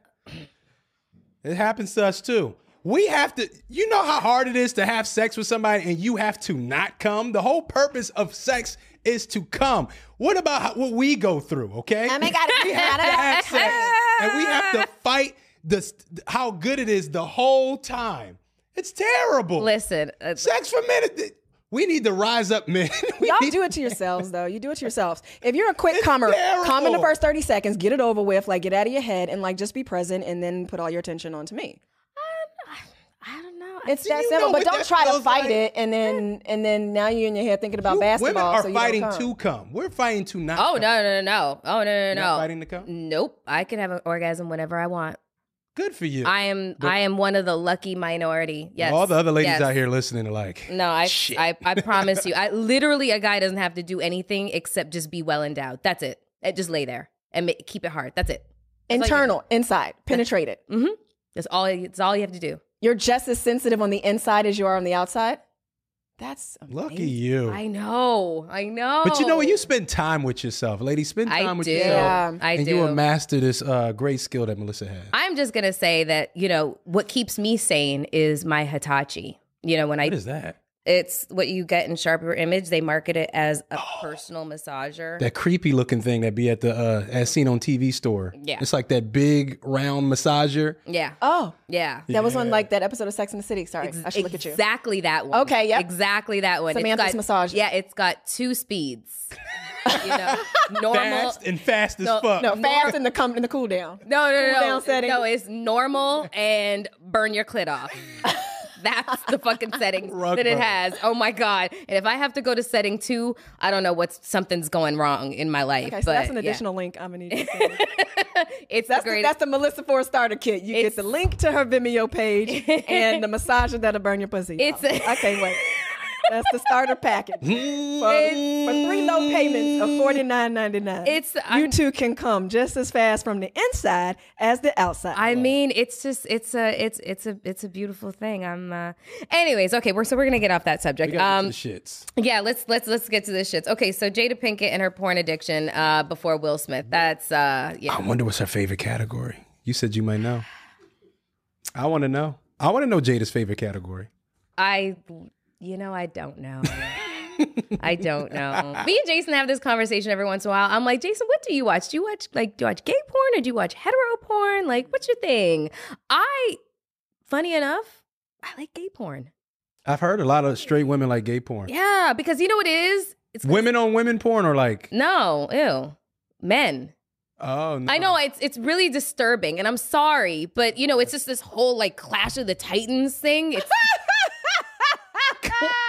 C: It happens to us too. We have to, you know how hard it is to have sex with somebody and you have to not come? The whole purpose of sex is to come. What about how, what we go through, okay?
D: Oh my God,
C: we
D: it's
C: have
D: not
C: to
D: about
C: have sex
D: sex.
C: and we have to fight the, how good it is the whole time. It's terrible.
B: Listen, uh,
C: Sex for men, is- we need to rise up, men. We
D: Y'all
C: need
D: do it to yourselves, though. You do it to yourselves. If you're a quick comer,
C: terrible.
D: come in the first 30 seconds, get it over with, like, get out of your head and, like, just be present and then put all your attention onto me.
B: I don't know.
D: It's that
C: you
D: simple,
C: know
D: but
C: what
D: don't
C: that
D: try to
C: feels
D: fight
C: like?
D: it and then and then now you're in your head thinking about
C: You-
D: basketball.
C: Women are
D: so you don't
C: fighting
D: come.
C: to come. We're fighting to not.
B: oh no,
C: come.
B: no, no, no. Oh no, no,
C: You're
B: no.
C: not fighting to come.
B: Nope. I can have an orgasm whenever I want.
C: Good for you.
B: I am. I am one of the lucky minority. Yes.
C: All the other ladies
B: Yes.
C: out here listening are like,
B: No, I,
C: Shit.
B: I I promise you. I literally a guy doesn't have to do anything except just be well endowed. That's it. Uh, just lay there and ma- keep it hard. That's it. Mm-hmm.
D: internal, inside, penetrate it.
B: That's all. It's all you have to do.
D: You're just as sensitive on the inside as you are on the outside. That's amazing.
C: lucky you.
B: I know. I know.
C: but you know what? You spend time with yourself, ladies. Spend
B: I
C: time with
B: do.
C: yourself.
B: I
C: and
B: do.
C: you will master this uh, great skill that Melissa has.
B: I'm just gonna say that you know what keeps me sane is my Hitachi. You know when I
C: What is that?
B: it's what you get in Sharper Image. They market it as a personal massager.
C: That creepy looking thing that be at the uh, as seen on TV store.
B: Yeah.
C: it's like that big round massager.
B: yeah,
D: Oh,
B: yeah.
D: that was on like that episode of Sex and the City. Sorry, I should look at you.
B: Exactly that one.
D: Okay, yep.
B: Exactly that one. It's
D: Samantha's
B: got-
D: massage.
B: Yeah, it's got two speeds. you know, normal.
C: Fast and fast as
B: No,
C: fuck.
D: No, fast in the come in the cool down.
B: No, no,
D: Cool down
B: no, no.
D: setting.
B: No, it's normal and burn your clit off. That's the fucking setting
C: Rock
B: that it
C: bottom.
B: has. Oh my god! And if I have to go to setting two, I don't know what's something's going wrong in my life.
D: Okay, so
B: but
D: that's an
B: yeah.
D: additional link I'm gonna need. You to send me.
B: It's
D: That's
B: the
D: the,
B: greatest.
D: that's the Melissa Ford starter kit. You get
B: It's-
D: the link to her Vimeo page and the massager that'll burn your pussy.
B: It's
D: off.
B: a-
D: I can't wait. That's the starter package for,
C: Mm-hmm.
D: for three low payments of forty nine ninety nine.
B: It's-
D: you
B: I'm-
D: two can come just as fast from the inside as the outside.
B: I mean, it's just it's a it's it's a it's a beautiful thing. I'm uh anyways, okay, we're so we're gonna get off that subject. Um,
C: We gotta get to the shits.
B: Yeah, let's let's let's get to this shits. Okay, so Jada Pinkett and her porn addiction uh, before Will Smith. That's uh, yeah.
C: I wonder what's her favorite category. You said you might know. I want to know. I want to know Jada's favorite category.
B: I you know I don't know. I don't know. Me and Jason have this conversation every once in a while. I'm like, Jason, what do you watch? Do you watch like do you watch gay porn or do you watch hetero porn? Like, what's your thing? I funny enough, I like gay porn.
C: I've heard a lot of straight women like gay porn.
B: Yeah, because you know what it is? It's
C: Women on women porn or like
B: No, ew. Men.
C: oh no.
B: I know it's it's really disturbing, and I'm sorry, but you know it's just this whole like Clash of the Titans thing. It's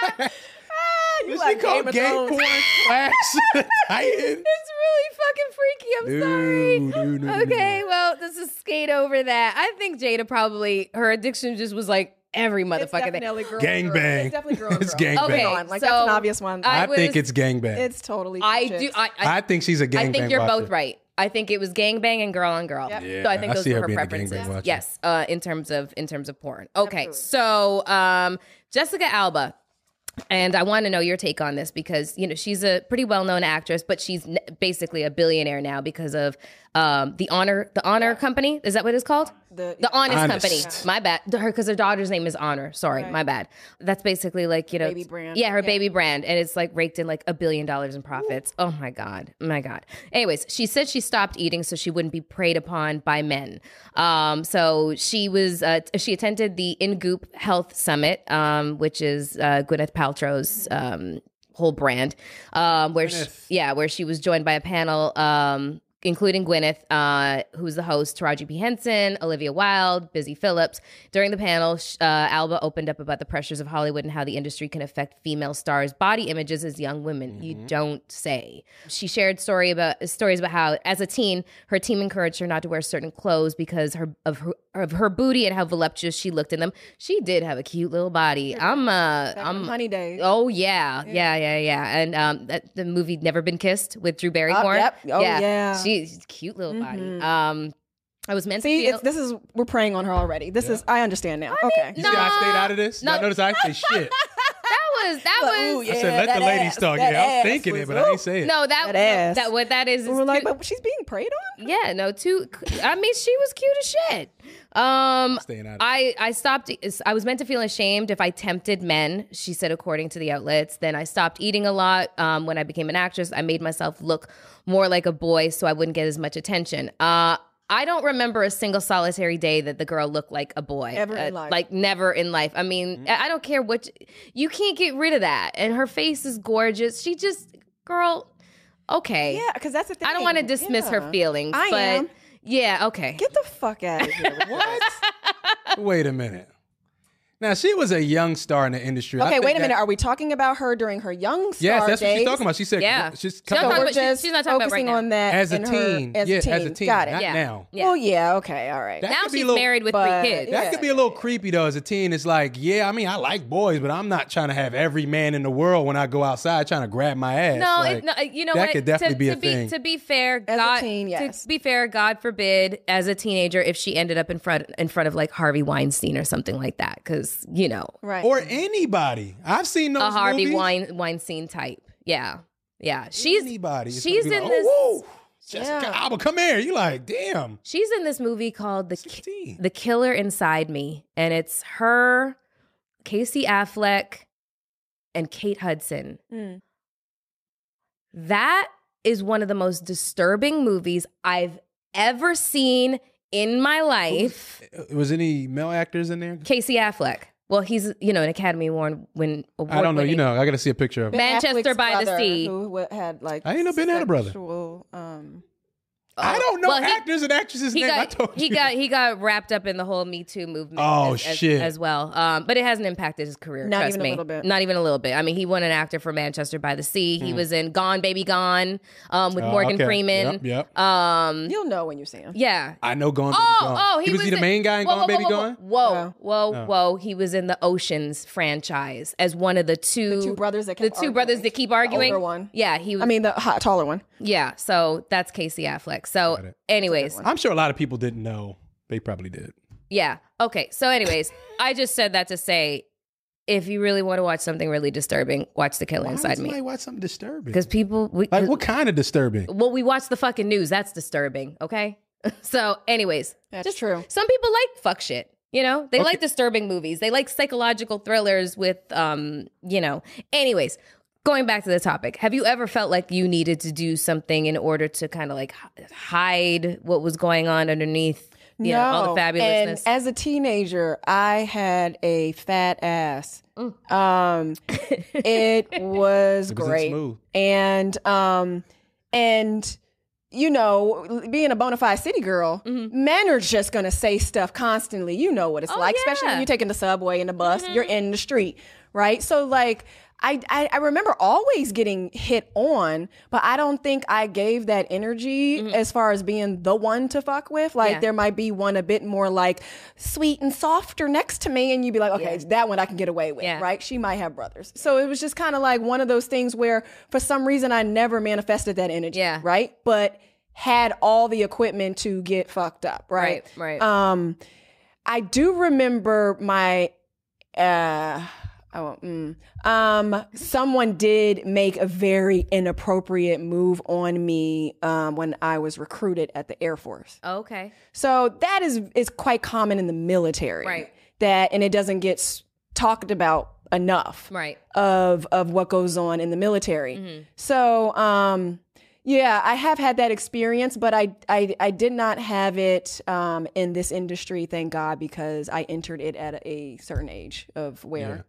D: You
C: Is
D: like
C: it called
D: Game of
C: gay
D: Thrones.
C: porn Clash of the Titan?
B: it's really fucking freaky. I'm sorry.
C: No, no, no, no,
B: okay, well, let's just skate over that. I think Jada probably her addiction just was like every
D: It's
B: motherfucking thing.
D: definitely girl.
C: Gang
D: girl.
C: bang.
D: It's definitely girl.
C: It's
D: girl.
C: gang
B: Okay,
C: bang.
D: on, like, that's an
B: so
D: obvious one.
B: I,
C: I,
B: was,
C: think it's gangbang.
D: It's totally.
B: I
D: chicks.
B: do. I I,
C: I think she's a gangbang.
B: I think you're
C: watcher.
B: both right. I think it was gangbang and girl on girl.
D: Yep.
C: Yeah,
B: so I think
C: I
B: those
C: see
B: were
C: her
B: her
C: being a
B: preferences.
C: gangbang watcher.
B: Yes, uh, in terms of in terms of porn. Okay,
D: Absolutely.
B: so um, Jessica Alba. And I want to know your take on this because you know she's a pretty well-known actress, but she's n- basically a billionaire now because of um, the honor, the honor company. Is that what it's called?
D: The-
B: the honest,
C: Honest.
B: company. My bad. Her because her daughter's name is Honor. Sorry, my bad. That's basically like you know
D: baby brand.
B: Yeah, her baby brand, and it's like raked in like a billion dollars in profits. Oh my god, my god. Anyways, she said she stopped eating so she wouldn't be preyed upon by men. Um, so she was uh, t- she attended the Ingoop Health Summit, um, which is uh, Gwyneth Paltrow's. Um, whole brand um where she, yeah where she was joined by a panel um including Gwyneth, uh, who's the host, Taraji P. Henson, Olivia Wilde, Busy Phillips. During the panel, sh- uh, Alba opened up about the pressures of Hollywood and how the industry can affect female stars' body images as young women. You don't say. She shared story about stories about how, as a teen, her team encouraged her not to wear certain clothes because her of her of her booty and how voluptuous she looked in them. She did have a cute little body. I'm uh,
D: I'm
B: I'm
D: honey days.
B: Oh yeah, yeah, yeah, yeah. And um, that, the movie Never Been Kissed with Drew Barrymore.
D: yep. Oh, yeah. Mm-hmm.
B: She- she's a cute little body. Um, I was meant
D: See,
B: to feel.
D: it's, this is we're preying on her already. This is I understand now. okay.
C: You see how I stayed out of this?
B: No.
C: Y'all notice I say shit.
B: that was that
D: But, ooh,
B: was
D: yeah,
C: I said, let
D: that
C: the ladies
D: ass,
C: talk.
D: that
C: Yeah, I
D: ass
C: was thinking
D: was-
C: it, but I
D: ooh.
C: didn't say it.
B: no that
D: That
B: that,
D: ass.
B: that what that is. is
D: And we're like,
B: cute-
D: but she's being preyed on.
B: yeah, no, too. I mean, she was cute as shit. Um,
C: Staying out of
B: I I stopped. I was meant to feel ashamed if I tempted men. She said, according to the outlets. Then I stopped eating a lot. Um, when I became an actress, I made myself look more like a boy so I wouldn't get as much attention. Uh. I don't remember a single solitary day that the girl looked like a boy.
D: Ever in
B: Uh,
D: life.
B: Like never in life. I mean, I I don't care what you can't get rid of that. And her face is gorgeous. She just girl, okay.
D: Yeah, because that's the thing.
B: I don't want to dismiss her
D: Yeah.
B: feelings,
D: I
B: but
D: am.
B: yeah, okay.
D: Get the fuck out of here. what?
C: Wait a minute. Now she was a young star in the industry. I
D: Okay,
C: think
D: wait a
C: that-
D: minute. Are we talking about her during her young star
C: yes, that's what
D: days?
C: she's talking about. She said,
B: Yeah.
C: she's
B: She's not
C: talking
D: But
B: talking
C: about
D: we're
B: about- she-
D: just
B: she's not talking about right
D: focusing
B: now.
D: on that
C: as a
D: in her-
C: teen.
D: as
C: yeah,
D: a teen.
C: as a teen,
D: Got it.
C: not
B: Yeah.
C: now.
B: Yeah.
D: Well, yeah. Okay. All right.
C: That
B: now
C: could be
B: she's
C: little-
B: married with
D: but-
B: three kids.
C: That
D: Yeah.
C: could be a little creepy though. As a teen, it's like, yeah, I mean, I like boys, but I'm not trying to have every man in the world when I go outside trying to grab my ass.
B: No,
C: Like,
B: it, no, you know
C: that
B: what?
C: could definitely
B: to,
C: be
B: to
C: a thing.
B: To be fair,
D: a
B: God,
D: teen, yes.
B: to be fair, God forbid, as a teenager, if she ended up in front in front of like Harvey Weinstein or something like that, because you know,
D: Right.
C: or anybody. I've seen those
B: a Harvey
C: movies.
B: Wein, Weinstein type. Yeah, yeah. She's
C: anybody. It's
B: she's
C: gonna be
B: in
C: like,
B: this.
C: Oh, whoa, Jessica Alba, come here. You like, damn.
B: She's in this movie called The Ki-
C: 16.
B: The Killer Inside Me, and it's her, Casey Affleck, and Kate Hudson.
D: Mm.
B: That is one of the most disturbing movies I've ever seen in my life.
C: Uh, Was any male actors in there?
B: Casey Affleck. Well, he's you know an Academy Award win. Award
C: I don't know. You know, I got to see a picture of.
D: Ben
C: Him.
B: Manchester
D: Affleck's
B: by the
D: brother,
B: Sea.
D: Who wa- had like
C: I ain't no Ben had a brother.
D: sexual, Um,
C: I don't
B: Oh,
C: know
B: Well, he-
C: actors and actresses.
B: He
C: name. I
B: got
C: told
B: he
C: you.
B: got he got wrapped up in the whole Me Too movement.
C: Oh,
B: as, as-
C: shit.
B: As, well, um, but it hasn't impacted his career.
D: Not
B: trust
D: even a
B: me.
D: little bit.
B: Not even a little bit. I mean, he won an actor for Manchester by the Sea. He was in Gone Baby Gone um, with
C: Hmm. Oh,
B: Morgan
C: okay.
B: Freeman.
C: Yep, yep.
B: Um,
D: you'll know when you see him.
B: yeah.
C: I know Gone Baby
B: Oh,
C: Gone.
B: oh, he,
C: was, he the
B: in-
C: main guy in
B: whoa,
C: Gone
B: whoa,
C: Baby
B: whoa,
C: Gone? Oh.
B: Whoa, whoa, whoa, whoa! He was in the Oceans franchise as one of the two
D: The two brothers that
B: the
D: kept
B: two brothers
D: arguing.
B: that keep arguing.
D: older one.
B: Yeah, he. Was,
D: I mean, the hot, taller one.
B: yeah. So that's Casey Affleck.
C: Got
B: So,
C: it.
B: anyways,
C: I'm sure a lot of people didn't know. They probably did.
B: yeah. Okay. So, anyways, I just said that to say, if you really want to watch something really disturbing, watch The Killer Inside Me.
C: Somebody watch something disturbing.
B: Because people, we,
C: Like what kind of disturbing?
B: well, we watch the fucking news. That's disturbing. Okay. so, anyways,
D: That's true.
B: Some people like fuck shit. You know, they like disturbing movies. They like psychological thrillers with, um, you know. Anyways, going back to the topic, have you ever felt like you needed to do something in order to kind of like h- hide what was going on underneath? yeah, all the
D: No.
B: fabulousness.
D: And as a teenager, I had a fat ass.
B: Mm.
D: Um, it was
C: Because it's
D: great,
C: smooth.
D: and um, and you know, being a bona fide city girl,
B: Mm-hmm.
D: men are just gonna say stuff constantly. You know what it's like, especially when
B: Oh, yeah.
D: you're taking the subway and the bus. You're
B: Mm-hmm.
D: in the street, right? So like. I, I, I remember always getting hit on, but I don't think I gave that energy as far as being the one to fuck with. Like
B: Mm-hmm. Yeah.
D: there might be one a bit more like sweet and softer next to me, and you'd be like, okay, that one I can get away with,
B: Yeah.
D: right? She might have brothers, so it was just kind of like one of those things where for some reason I never manifested that energy,
B: Yeah.
D: right? But had all the equipment to get fucked up, right?
B: Right, right.
D: Um, I do remember my uh I won't, mm. um someone did make a very inappropriate move on me um when I was recruited at the Air Force.
B: okay.
D: So that is is quite common in the military.
B: Right.
D: That and it doesn't get s- talked about enough
B: Right.
D: of of what goes on in the military.
B: Mm-hmm.
D: So, um, yeah, I have had that experience, but I I, I did not have it um, in this industry, thank God, because I entered it at a certain age of where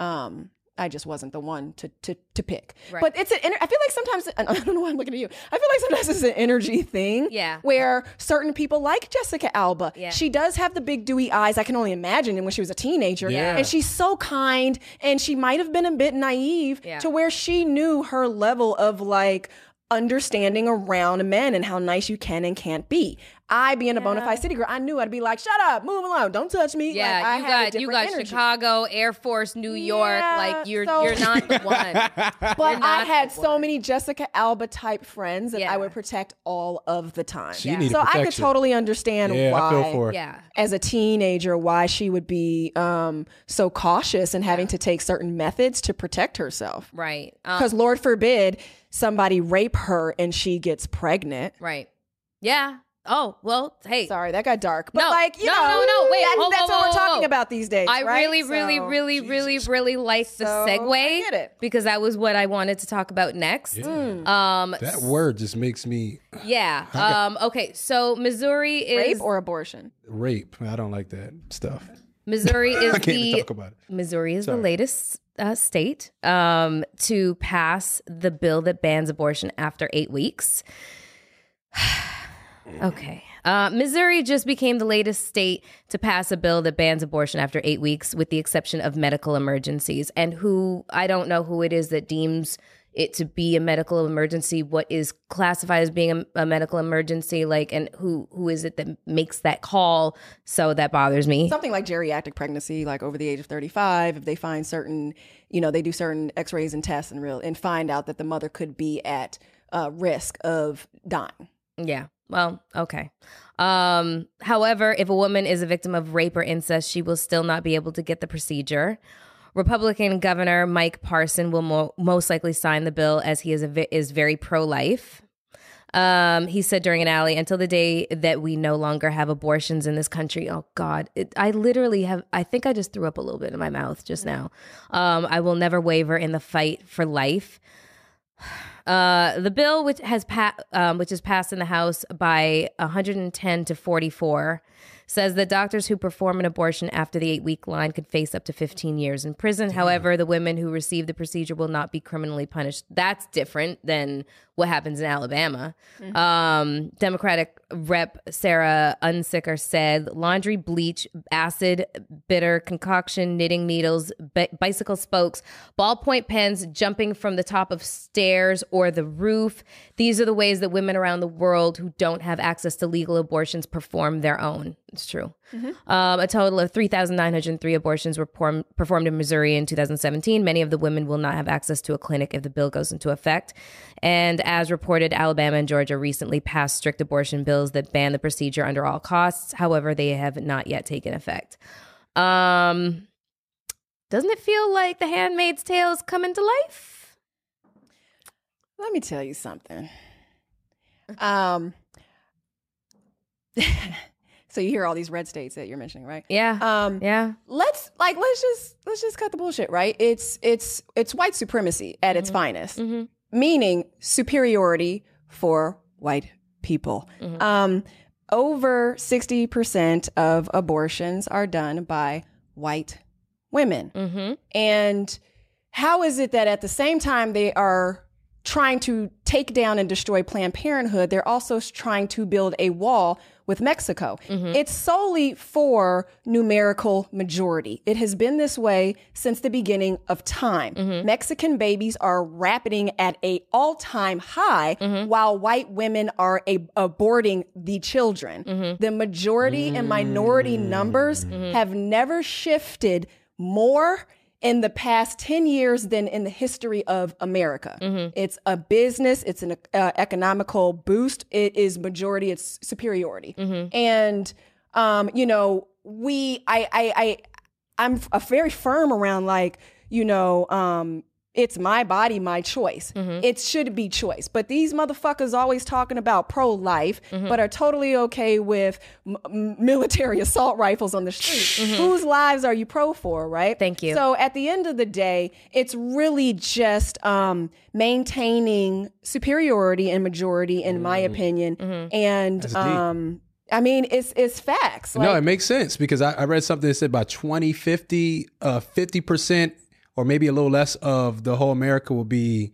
D: um, I just wasn't the one to to, to pick. But it's an ener- I feel like sometimes I don't know why I'm looking at you. I feel like sometimes it's an energy thing.
B: Yeah.
D: where certain people like Jessica Alba,
B: Yeah.
D: she does have the big dewy eyes. I can only imagine when she was a teenager,
C: Yeah.
D: and she she's so kind and she might have been a bit naive
B: Yeah.
D: to where she knew her level of like understanding around men and how nice you can and can't be. I being a bona fide city girl, I knew I'd be like, shut up, move along, don't touch me. Like,
B: Yeah,
D: I
B: you
D: had a
B: got you
D: different
B: got
D: energy.
B: Chicago, Air Force, New York.
D: Yeah,
B: Like you're
D: so-
B: you're not the one.
D: But I
B: not
D: had
B: the
D: so many Jessica Alba type friends that
B: Yeah.
D: I would protect all of the time.
C: She needed
D: So I could
C: protection.
D: totally understand
C: Yeah,
D: why
C: I feel for her.
B: yeah.
D: as a teenager why she would be um, so cautious and having to take certain methods to protect herself.
B: Right. Um,
D: because Lord forbid somebody rape her and she gets pregnant.
B: right. Yeah. Oh, well, hey.
D: Sorry, that got dark. But
B: No,
D: like, you
B: no,
D: know,
B: no, no, wait,
D: that-
B: whoa,
D: that's
B: whoa,
D: what
B: whoa,
D: we're
B: whoa.
D: talking about these days.
B: I
D: right?
B: really, really,
D: So-
B: really, really, really like the
D: So, I
B: segue
D: get it.
B: because that was what I wanted to talk about next. Um,
C: Mm. That word just makes me
B: yeah. Um, okay. So Missouri is
D: Rape or abortion?
C: rape. I don't like that stuff.
B: Missouri is
C: I can't even
B: the
C: talk about it.
B: Missouri is the latest uh, state um, to pass the bill that bans abortion after eight weeks. okay. Uh, Missouri just became the latest state to pass a bill that bans abortion after eight weeks, with the exception of medical emergencies. And who, I don't know who it is that deems it to be a medical emergency, what is classified as being a, a medical emergency, like, and who who is it that makes that call? So that bothers me.
D: Something like geriatric pregnancy, like over the age of 35, if they find certain, you know, they do certain x rays and tests and real and find out that the mother could be at uh, risk of dying.
B: Yeah. Well, okay. Um, however, if a woman is a victim of rape or incest, she will still not be able to get the procedure. Republican Governor Mike Parson will mo- most likely sign the bill as he is a vi- is very pro life. Um, he said during an alley, until the day that we no longer have abortions in this country. Oh God, it, I literally have. I think I just threw up a little bit in my mouth just now. Um, I will never waver in the fight for life. Uh, the bill, which has pa- um, which is passed in the House by 110 to 44, says that doctors who perform an abortion after the eight week line could face up to 15 years in prison. However, the women who receive the procedure will not be criminally punished. That's different than what happens in Alabama. Um, Democratic Rep. Sarah Unsicker said laundry, bleach, acid, bitter concoction, knitting needles, bi- bicycle spokes, ballpoint pens, jumping from the top of stairs or the roof. These are the ways that women around the world who don't have access to legal abortions perform their own. It's true. Um, a total of 3,903 abortions were perform- performed in Missouri in 2017. Many of the women will not have access to a clinic if the bill goes into effect. And as reported, Alabama and Georgia recently passed strict abortion bills that ban the procedure under all costs. However, they have not yet taken effect. Um, doesn't it feel like The Handmaid's Tale is coming to life?
D: Let me tell you something. Um, so you hear all these red states that you're mentioning, right?
B: Yeah.
D: Um,
B: yeah.
D: let's like let's just let's just cut the bullshit right it's it's it's white supremacy at its finest meaning superiority for white people um over 60% of abortions are done by white women. And how is it that at the same time they are trying to take down and destroy Planned Parenthood, they're also s- trying to build a wall with Mexico? It's solely for numerical majority. It has been this way since the beginning of time. Mexican babies are rapiding at a all-time high while white women are a- aborting the children. The majority and minority numbers have never shifted more in the past 10 years than in the history of America.
B: Mm-hmm.
D: It's a business, it's an uh, economical boost, it is majority, it's superiority.
B: Mm-hmm.
D: And, um, you know, we, I, I, I, I'm f- a very firm around like, you know, um, it's my body, my choice.
B: Mm-hmm.
D: It should be choice. But these motherfuckers always talking about pro life,
B: Mm-hmm.
D: but are totally okay with m- m- military assault rifles on the street. Whose lives are you pro for, right?
B: Mm-hmm. Thank you.
D: So so at the end of the day, it's really just um, maintaining superiority and majority, in my opinion. And um, I mean, it's it's facts.
C: no,
D: Like,
C: it makes sense because I, I read something that said by 2050, uh, 50% or maybe a little less of the whole America will be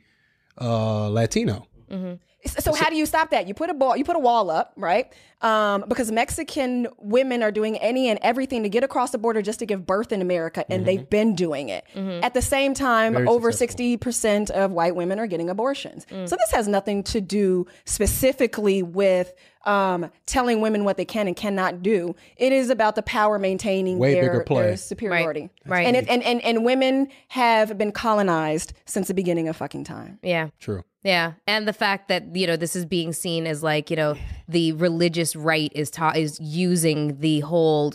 C: uh, Latino.
D: so how do you stop that? You put a ball, you put a wall up, right? Um, because Mexican women are doing any and everything to get across the border just to give birth in America, and
C: Mm-hmm.
D: they've been doing it. At the same time, over sixty percent of white women are getting abortions.
C: Mm.
D: So this has nothing to do specifically with um, telling women what they can and cannot do. It is about the power maintaining
C: Way
D: their,
C: bigger play.
D: their superiority,
B: Right.
D: And, it, and and and women have been colonized since the beginning of fucking time.
B: Yeah.
C: True.
B: Yeah, and the fact that you know this is being seen as like you know the religious right is ta- is using the whole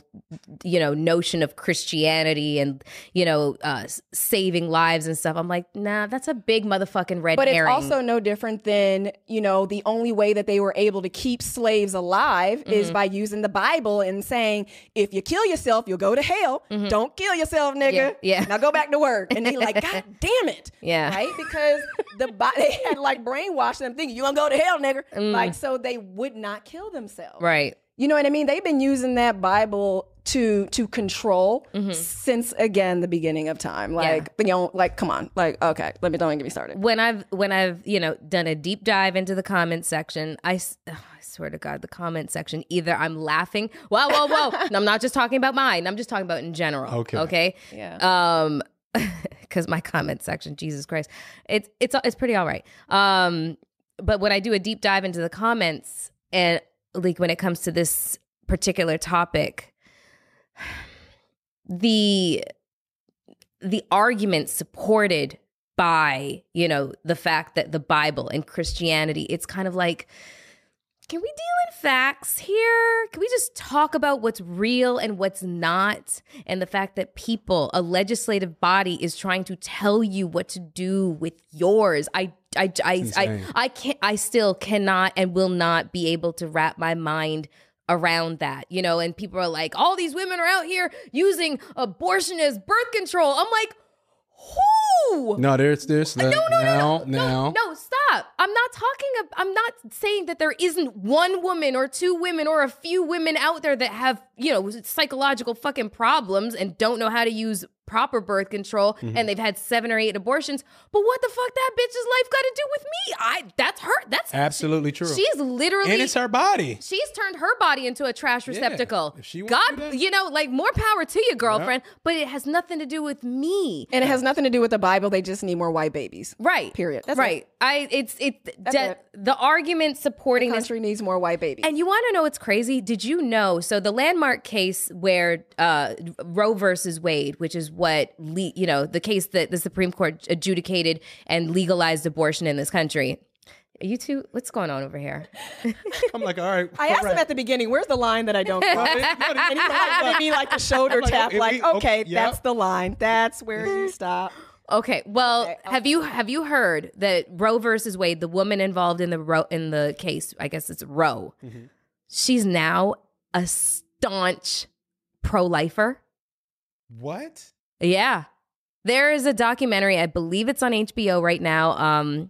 B: you know notion of Christianity and you know uh, s- saving lives and stuff. I'm like, nah, that's a big motherfucking red
D: But
B: herring.
D: it's also no different than, you know, the only way that they were able to keep slaves alive is
B: Mm-hmm.
D: by using the Bible and saying, if you kill yourself, you'll go to hell. Don't kill yourself, nigga.
B: Mm-hmm. Yeah, yeah.
D: Now go back to work. And they like, God damn it.
B: Yeah.
D: Right? Because the bi- they had like brainwashed them thinking, you're going to go to hell, nigga. Like, so they would not kill themselves.
B: Mm. right.
D: You know what I mean? They've been using that Bible to to control
B: Mm-hmm.
D: since again the beginning of time. Like you know, like come on, like okay, let me don't get me started.
B: When I've when I've you know done a deep dive into the comment section, I. s- ugh, I Swear to God, the comment section. Either I'm laughing. Whoa, whoa, whoa! And I'm not just talking about mine. I'm just talking about in general.
C: Okay.
B: Okay.
D: Yeah.
B: um because my comment section jesus christ it's it's it's pretty all right um but when i do a deep dive into the comments and like when it comes to this particular topic the the argument supported by you know the fact that the bible and christianity it's kind of like can we deal in facts here? Can we just talk about what's real and what's not? And the fact that people, a legislative body, is trying to tell you what to do with yours. I, I, I, I,
C: insane.
B: I can't, I still cannot and will not be able to wrap my mind around that, you know? And people are like, all these women are out here using abortion as birth control. I'm like, who?
C: No, there's there's no, no, now, Uh, no, now.
B: No, stop. I'm not talking ab- I'm not saying that there isn't one woman or two women or a few women out there that have, you know, psychological fucking problems and don't know how to use proper birth control
C: Mm-hmm.
B: and they've had 7 or 8 abortions. But what the fuck that bitch's life got to do with me? I that's her. That's
C: Absolutely true.
B: She's literally
C: and it's her body.
B: she's turned her body into a trash receptacle.
C: If she wants
B: God,
C: to do that-
B: you know, like more power to you, girlfriend, but it has nothing to do with me.
D: And it has nothing to do with the Bible. They just need more white babies.
B: Right.
D: Period. That's
B: right. I it's it, de-
D: it.
B: the argument supporting
D: The
B: this
D: country needs more white babies.
B: and you want to know what's crazy? Did you know? So the landmark case where uh, Roe versus Wade, which is what le- you know, the case that the Supreme Court adjudicated and legalized abortion in this country. Are you two, what's going on over here?
C: I'm like, all right.
D: I asked him at the beginning, where's the line that I don't cross? and he like, gave me like the shoulder
C: like,
D: tap,
C: if
D: like,
C: we-
D: okay,
C: okay, yeah.
D: that's the line. That's where you stop.
B: Okay. Well, have you have you heard that Roe versus Wade, the woman involved in the Roe in the case, I guess it's Roe,
D: Mm-hmm.
B: she's now a staunch pro lifer.
C: What?
B: Yeah. There is a documentary, I believe it's on HBO right now. Um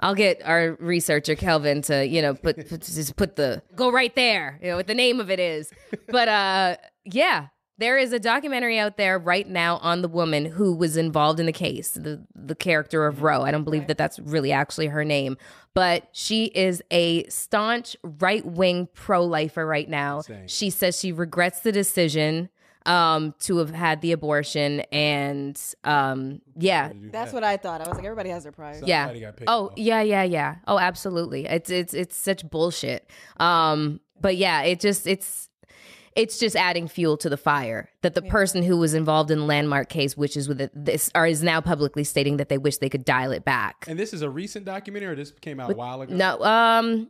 B: I'll get our researcher Kelvin to you know put, put just put the go right there you know what the name of it is, but uh yeah. There is a documentary out there right now on the woman who was involved in the case, the the character of Roe. I don't believe that that's really actually her name, but she is a staunch right wing pro lifer right now. She says she regrets the decision um, to have had the abortion, and um, yeah,
D: That's what I thought. I was like, everybody has their prior.
C: Somebody
B: yeah.
C: got picked
B: oh
C: off.
B: yeah, yeah, yeah. Oh, absolutely. It's it's it's such bullshit. Um, but yeah, it just it's it's just adding fuel to the fire that the person who was involved in the landmark case, which is with it, this, or is now publicly stating that they wish they could dial it back.
C: And this is a recent documentary. Or this came out a while ago.
B: No, um,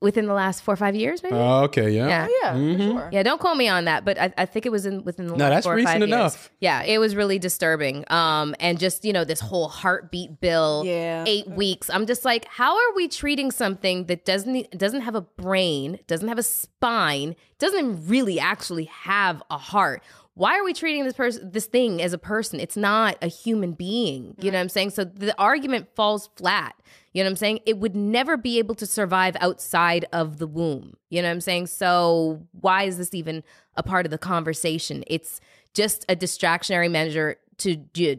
B: within the last four or five years, maybe.
C: Oh, okay, yeah.
B: yeah.
D: Yeah, for
C: Mm-hmm.
D: sure.
B: Yeah, don't quote me on that, but I, I think it was in within the
C: No,
B: last
C: that's
B: four or
C: recent
B: five
C: enough.
B: Years. Yeah, it was really disturbing. Um, and just you know this whole heartbeat bill,
D: Yeah.
B: eight weeks. I'm just like, how are we treating something that doesn't e- doesn't have a brain, doesn't have a spine, doesn't really actually have a heart? Why are we treating this person, this thing, as a person? It's not a human being. You know what I'm saying? So the argument falls flat. You know what I'm saying? It would never be able to survive outside of the womb. You know what I'm saying? So why is this even a part of the conversation? It's just a distractionary measure to do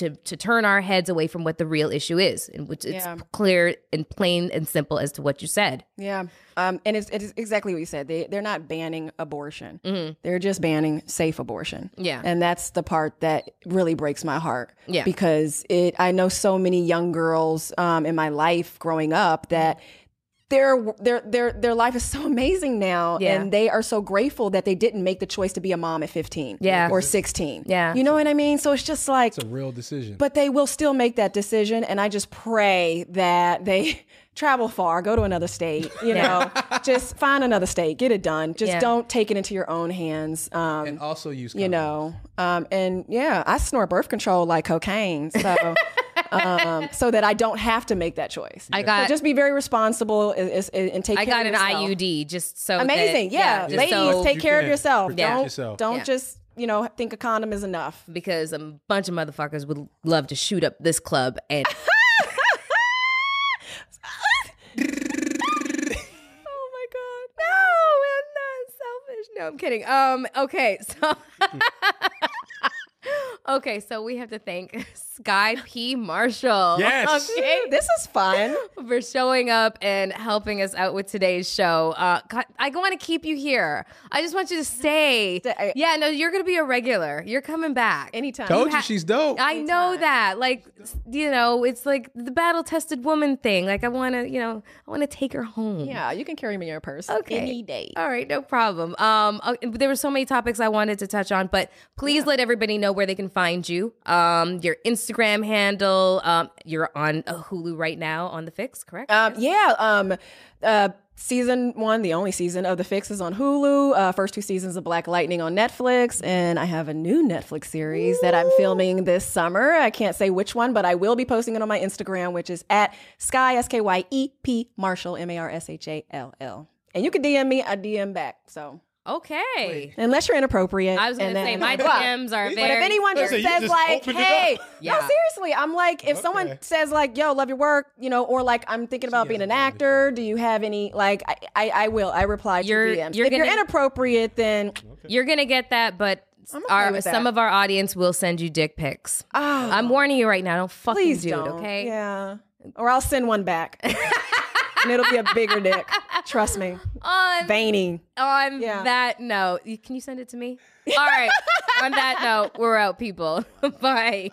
B: to to turn our heads away from what the real issue is, and which it's
D: Yeah.
B: clear and plain and simple as to what you said.
D: Yeah, um, and it's, it's exactly what you said. They they're not banning abortion; they're just banning safe abortion.
B: Mm-hmm. Yeah.
D: and that's the part that really breaks my heart.
B: Yeah.
D: because it I know so many young girls um, in my life growing up that their their their their life is so amazing now,
B: Yeah.
D: and they are so grateful that they didn't make the choice to be a mom at fifteen,
B: Yeah.
D: or sixteen.
B: Yeah.
D: you know what I mean. So it's just like
C: It's a real decision.
D: but they will still make that decision, and I just pray that they travel far, go to another state, you know, just find another state, get it done. Just
B: Yeah.
D: don't take it into your own hands. Um,
C: and also use
D: you know, um, and yeah, I snort birth control like cocaine, so um, so that I don't have to make that choice. I
B: got-
D: so just be very responsible and, and- and take.
B: I
D: care
B: got
D: of
B: an
D: yourself.
B: IUD just so that-
D: Amazing, yeah.
B: just
D: Ladies,
B: so-
D: take
C: You
D: care of
C: can
D: yourself.
C: protect
D: Don't
C: yourself.
D: don't
B: Yeah.
D: just you know think a condom is enough.
B: because a bunch of motherfuckers would love to shoot up this club and Oh my god. No, I'm not selfish. No, I'm kidding. Um okay, so Okay, so we have to thank Sky P Marshall.
C: Yes.
B: Okay.
D: This is fun.
B: For showing up and helping us out with today's show. Uh, God, I want to keep you here. I just want you to stay.
D: Stay.
B: Yeah, no, you're going to be a regular. You're coming back.
D: Anytime.
C: Told
B: you
C: you
B: ha-
C: she's dope.
B: I know that. Like, s- you know, it's like the battle tested woman thing. Like, I want to, you know, I want to take her home.
D: Yeah, you can carry me in your purse.
B: Okay. Any day. All right, no problem. Um, uh, there were so many topics I wanted to touch on, but please let everybody know where they can find you. Um, your Instagram handle. Um, you're on uh, Hulu right now on the Fix, correct?
D: Um, yeah. Um, uh, season one, the only season of The Fix is on Hulu. Uh, first two seasons of Black Lightning on Netflix, and I have a new Netflix series that I'm filming this summer. I can't say which one, but I will be posting it on my Instagram, which is at Sky S K Y E P Marshall M A R S H A L L. And you can DM me, I DM back. So
B: okay.
D: unless you're inappropriate,
B: I was going
D: and
B: to
D: then
B: say
D: I'm
B: my
D: like, "Wow."
B: DMs are very.
D: But if anyone just
C: Listen, you
D: says
C: just
D: like,
C: opened it
D: "Hey,"
C: up.
B: Yeah.
D: no, seriously, I'm like, if someone
C: Okay.
D: says like, "Yo, love your work," you know, or like, I'm thinking about being an actor. Do you have any like? I, I, I will. I reply to
B: You're-
D: your DMs.
B: you're
D: if you're
B: gonna-
D: inappropriate, then
B: You're gonna get that, but
D: I'm okay
B: our
D: with that. Oh.
B: some of our audience will send you dick pics. I'm warning you right now. Don't fucking
D: ah, please
B: do
D: do not
B: it, okay?
D: Yeah. Or I'll send one back, and it'll be a bigger dick. Trust me.
B: On
D: Veiny.
B: on
D: Yeah.
B: that note, you- can you send it to me? All right. on that note, we're out, people. Bye.